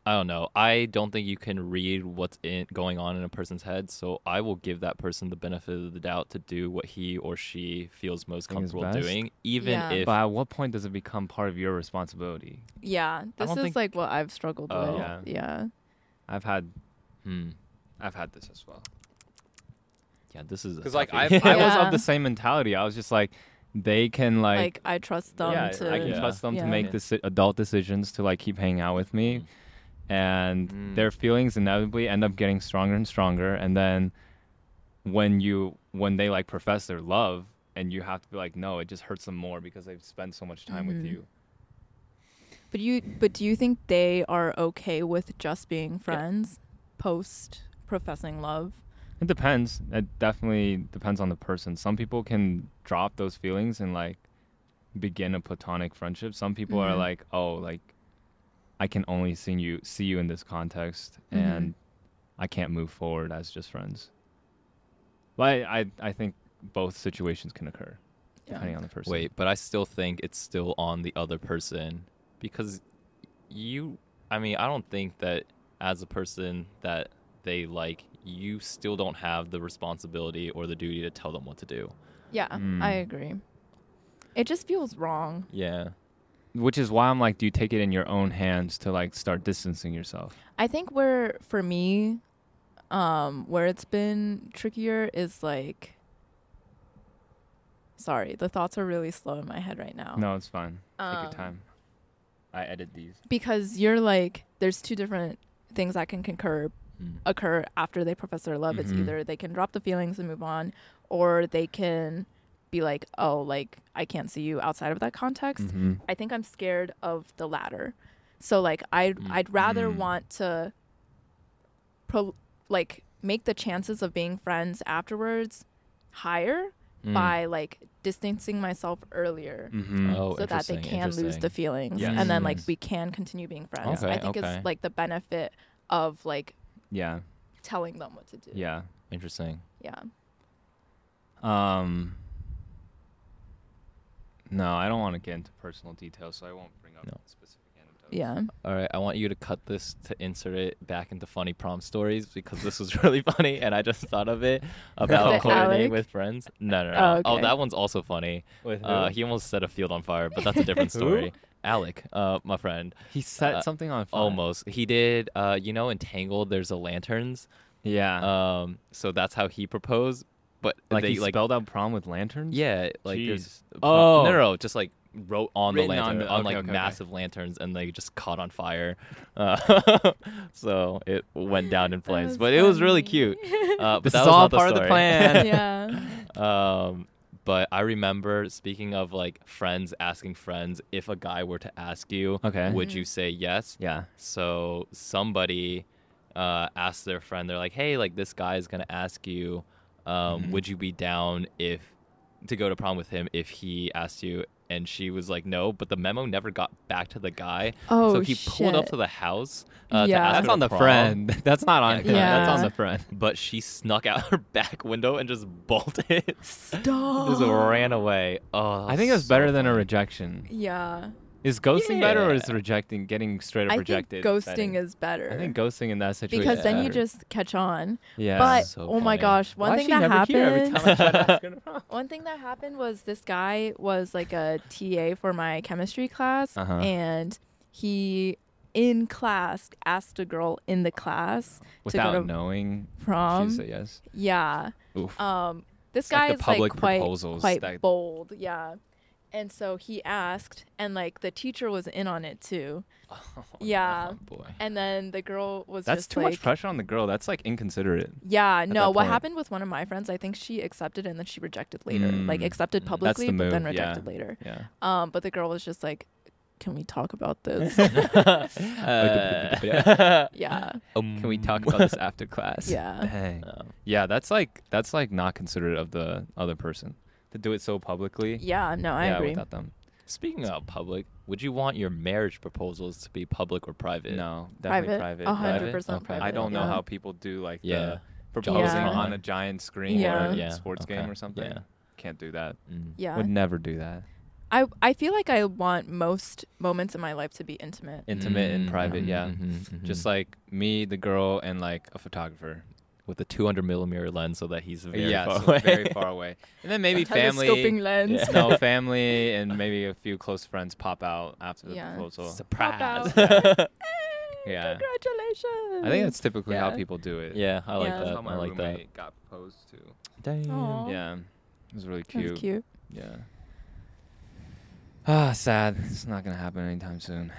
I don't know. I don't think you can read what's in, going on in a person's head. So I will give that person the benefit of the doubt to do what he or she feels most
Think is
comfortable
best.
doing, even
Yeah.
if
Uh, But at what point does it become part of your responsibility?
Yeah, this is
don't think-
like what I've struggled
Oh.
with.
Yeah.
Yeah.
I've had
Hmm.
I've had this as well.
yeah, this is a
Because, like,
toughie.
I've-
I was
Yeah.
of the same mentality. I was just like, they can
Like,
like,
I trust them
yeah,
to.
I can
Yeah.
trust them to
Yeah. Mm.
make
Yeah.
this adult decisions to like keep hanging out with me, and
Mm.
their feelings inevitably end up getting stronger and stronger, and then when you when they like profess their love and you have to be like no it just hurts them more because they've spent so much time with
Mhm.
you
But you, but do you think they are okay with just being friends post professing love?
it depends it definitely depends on the person some people can drop those feelings and like begin a platonic friendship some people are
Mhm.
like oh like i can
Mm-hmm.
only see you see you in this context and i can't move forward as just friends But I, I, I think both situations can occur
Yeah.
depending on the person.
Wait, but I still think it's still on the other person because you I mean, I don't think that as a person that they like, you still don't have the responsibility or the duty to tell them what to do.
Yeah,
Mm.
I agree. It just feels wrong.
Yeah.
Which is why I'm like, do you take it in your own hands to like start distancing yourself?
I think where for me, um, where it's been trickier is like. Sorry, the thoughts are really slow in my head right now.
No, it's fine. Take your
Um,
time. I edit these.
Because you're like, there's two different things that can concur
Mm.
occur after they profess their love. It's
Mm-hmm.
Mhm.
either they can drop the feelings and move on, or they can be like, oh, like I can't see you outside of that context.
Mm-hmm.
Mm-hmm.
I think I'm scared of the latter. So like I would I'd rather
Mm.
want to pro- like make the chances of being friends afterwards higher
Mm.
by like distancing myself earlier
Mm-hmm.
Oh,
so that they
interesting,
can lose the
interesting.
feelings
Yes.
and then like
Yes.
we can continue being friends.
Okay,
I think
okay.
it's like the benefit of like
Yeah,
telling them what to do.
yeah.
Interesting.
Yeah.
Um. No, I don't want to get into personal details, so I won't bring up
No.
specific anecdotes.
Yeah.
All right, I want you to cut this to insert it back into funny prom stories because this was really funny and I just thought of it about
it
coordinating
Alec?
with friends. No, no, no.
Oh,
Oh,
okay.
that one's also funny.
With
Uh,
who?
he almost set a field on fire, but that's a different
Who?
story. Alec, uh, my friend,
He set
uh,
something on fire.
almost. He did. Uh, you know, entangled. There's a lanterns.
Yeah.
Um, so that's how he proposed. But
Uh, Ah. like
they
he
like
spelled out prom with lanterns.
yeah, like there's
Jeez.
pro-
Oh.
no, no, no, just like wrote on the
Written on
lantern
the-
on,
okay,
like
okay, okay.
massive lanterns, and they just caught on fire. Uh, so it went down in flames,
was
but it was really
funny.
cute. Uh, but
This
that
is
was
all
not
part of the
story.
plan.
yeah.
Um, but I remember speaking of like friends asking friends if a guy were to ask you,
Okay.
would you say yes?
Yeah.
So somebody uh, asked their friend, they're like, "Hey, like this guy is gonna ask you, um,
Mm-hmm.
would you be down if to go to prom with him if he asked you?" And she was like, "No," but the memo never got back to the guy.
Oh,
so he pulled up
shit.
to the house. Uh,
Yeah.
To ask her
That's
to
on the
prom,
friend. That's not on. her.
Yeah,
That's on
Yeah.
the friend.
But she snuck out her back window and just bolted.
Stop.
just ran away. Oh,
I think it's
so
better than a
funny.
rejection.
Yeah.
Is ghosting better or is
Yeah.
rejecting getting straight
I
up
think
rejected?
ghosting
better?
is better.
I think ghosting in that situation.
because
is
then you
better.
just catch on.
Yeah.
But
So
oh my
funny.
gosh, one
Why is
thing
she
that
never
happened.
here every time I try to ask her to prom?
One thing that happened was this guy was like a TA for my chemistry class,
Uh-huh.
and he in class asked a girl in the class
Without
to go to
knowing,
prom.
she said yes.
Yeah.
Oof.
Um, this
It's like
guy
the
is like
public
quite
proposals
quite
that-
bold. Yeah. And so he asked, and like the teacher was in on it too. yeah.
Oh, boy.
And then the girl was
That's
just
too
like,
much pressure on the girl. That's like inconsiderate.
Yeah, no.
that
What
point.
happened with one of my friends? I think she accepted and then she rejected later. like
Mm,
accepted
that's
publicly,
the
but then
move, yeah.
rejected later.
Yeah.
Um, but the girl was just like, "Can we talk about
Uh,
this?" yeah,
Can we talk about this after class?
yeah,
Dang.
Um,
Yeah, that's like that's like not considerate of the other person to do it so publicly.
yeah. No, I
yeah,
agree.
without them.
Speaking of public, would you want your marriage proposals to be public or private?
No, definitely private.
private, a hundred
Private?
percent
Okay.
private.
I don't know
yeah.
how people do like
Yeah.
the proposing
Yeah.
on a giant screen
Yeah.
or a
Yeah.
sports
Okay.
game or something.
Yeah.
Can't do that.
Mm.
Yeah,
Would never do that.
I I feel like I want most moments in my life to be intimate.
Intimate and
Mm,
private,
mhm,
yeah.
mhm, mhm.
Just like me, the girl, and like a photographer.
with a 200 millimeter lens, so that he's very
yeah,
far
so
away.
very far away. And then maybe
Telescoping
family.
lens.
Yeah.
no, family and maybe a few close friends pop out after the
Yeah.
proposal.
Pop
Surprise! Yeah.
Hey,
Yeah.
Congratulations.
I think that's typically how
Yeah.
people do it.
I like
Yeah.
that.
That's how my
I like that.
roommate got proposed to.
Damn.
Aw.
Yeah, it was really
That's
cute.
cute.
Yeah. Ah, sad. It's not gonna happen anytime soon.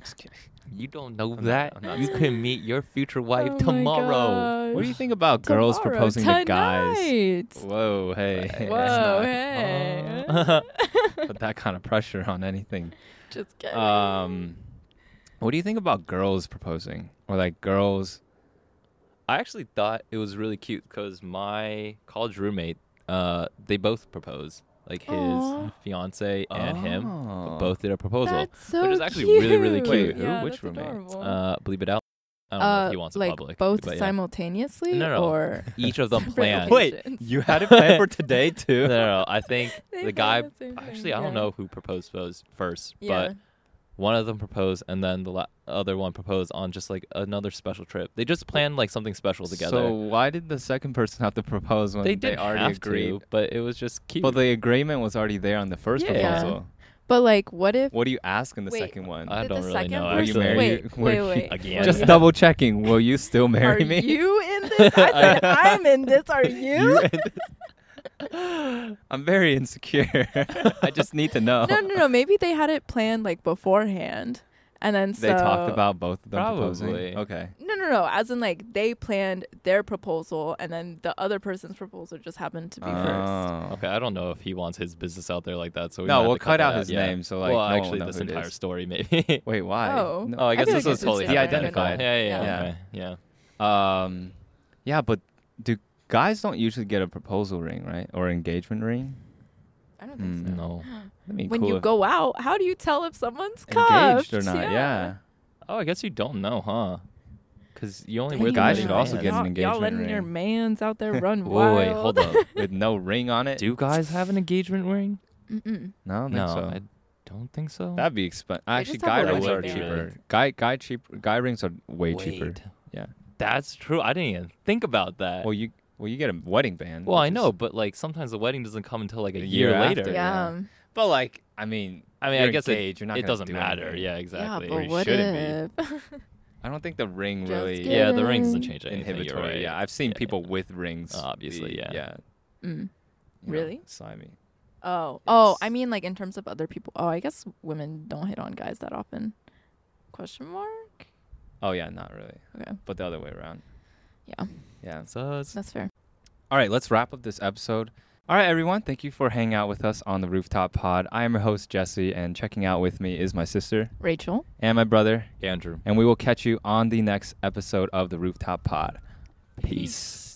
Just kidding.
You don't know
I'm not-
that.
I'm not
you
saying-
can meet your future wife
Oh my
tomorrow.
gosh.
What do you think about girls
Tomorrow,
proposing to guys?
tonight.
Whoa, hey. that's
Whoa,
not-
hey.
Uh,
Put that kind of pressure on anything.
Just kidding.
Um, what do you think about girls proposing or like girls?
I actually thought it was really cute because my college roommate, uh, they both proposed. Like his
Aw.
fiance and him
Oh.
both did a proposal.
That's so
Which is actually
cute.
really, really
Wait,
cute.
who?
Yeah,
Which
that's
roommate?
adorable.
Uh, believe it out. I don't know
Uh,
if he wants
like
it public.
both
but yeah.
simultaneously
No, no.
or
Each of them planned.
Wait,
You had it planned for today
No,
too.
no, no, I think
They
the
planned
guy.
the same thing,
Actually, I
yeah.
don't know who proposed first, first
yeah.
but one of them proposed, and then the la- other one proposed on just like another special trip. They just planned like something special together.
So why did the second person have to propose when
they
they,
did
already
have
agreed?
to, but it was just cute.
Well, the agreement was already there on the first
Yeah.
proposal.
but like what if
What do you ask in the
Wait,
second one?
I
Did
don't
the
really
second
know.
Will you
Actually,
person-
marry?
Wait,
will
wait,
you-
wait.
Again.
Just
Yeah.
double checking. Will you still marry
are
me?
you in this i said i'm in this are you
I'm very insecure. I just need to know.
no no no maybe they had it planned like beforehand and then
They talked
so-
about both of them
Probably.
proposing. Okay.
no no no as in like they planned their proposal and then the other person's proposal just happened to be first
Oh.
Okay, I don't know if he wants his business out there like that. So we
No,
might have
we'll
to
cut
that
out his name, so, like,
well,
no one will
actually,
know
this
who it
entire
is.
story, maybe.
Wait, why?
Oh.
No.
oh, I guess
feel
this
like
was
it's
totally
just
identified.
different.
Yeah, yeah,
Yeah.
yeah, okay, yeah.
Um, yeah, but do guys don't usually get a proposal ring, right, or engagement ring?
i don't think
Mm.
so
No.
That'd be
when
cool
you
if
go out how do you tell if someone's
engaged or
cuffed?
not. Yeah.
Oh, I guess you don't know, huh? Because you only
Dang,
with
guys
man.
should also get an
y'all, Y'all
engagement
letting your
ring.
mans out there run
Whoa,
wild.
wait, hold up.
with no ring on it.
Do guys have an engagement ring?
Mm-mm.
No, I don't
No,
think so.
I don't think so.
That'd be expensive. Actually,
just have
guy
a
rings
wedding
are
band.
cheaper. Guy guy cheap guy rings are way cheaper.
Wait.
Yeah.
That's true. I didn't even think about that.
Well,
Well,
you well you get a wedding band.
I
which is-
know, but like sometimes the wedding doesn't come until like a,
A
year,
year
later.
after.
Yeah.
Yeah. but like I mean,
I mean,
you're
I guess
engaged,
it,
you're not
it
gonna
doesn't
do
matter.
anything.
Yeah, exactly.
Yeah,
or
but
you
what
shouldn't
if?
I don't think the ring
Just
really
get
yeah, the ring doesn't
Yeah.
change anything.
inhibitory.
You're right.
Yeah, I've seen
Yeah,
people with rings.
Obviously,
be-
yeah.
Yeah.
Mm.
you know,
Really?
Slimy.
Oh, oh, I
Yes.
mean, like in terms of other people. Oh, I guess women don't hit on guys that often. Question mark.
Oh yeah, not really.
Okay,
But the other way around.
Yeah.
Yeah.
So it's
that's fair.
All right, let's wrap up this episode. All right, everyone, thank you for hanging out with us on the Rooftop Pod. I am your host, Jesse, and checking out with me is my sister
Rachel,
and my brother,
Andrew.
and we will catch you on the next episode of the Rooftop Pod.
Peace.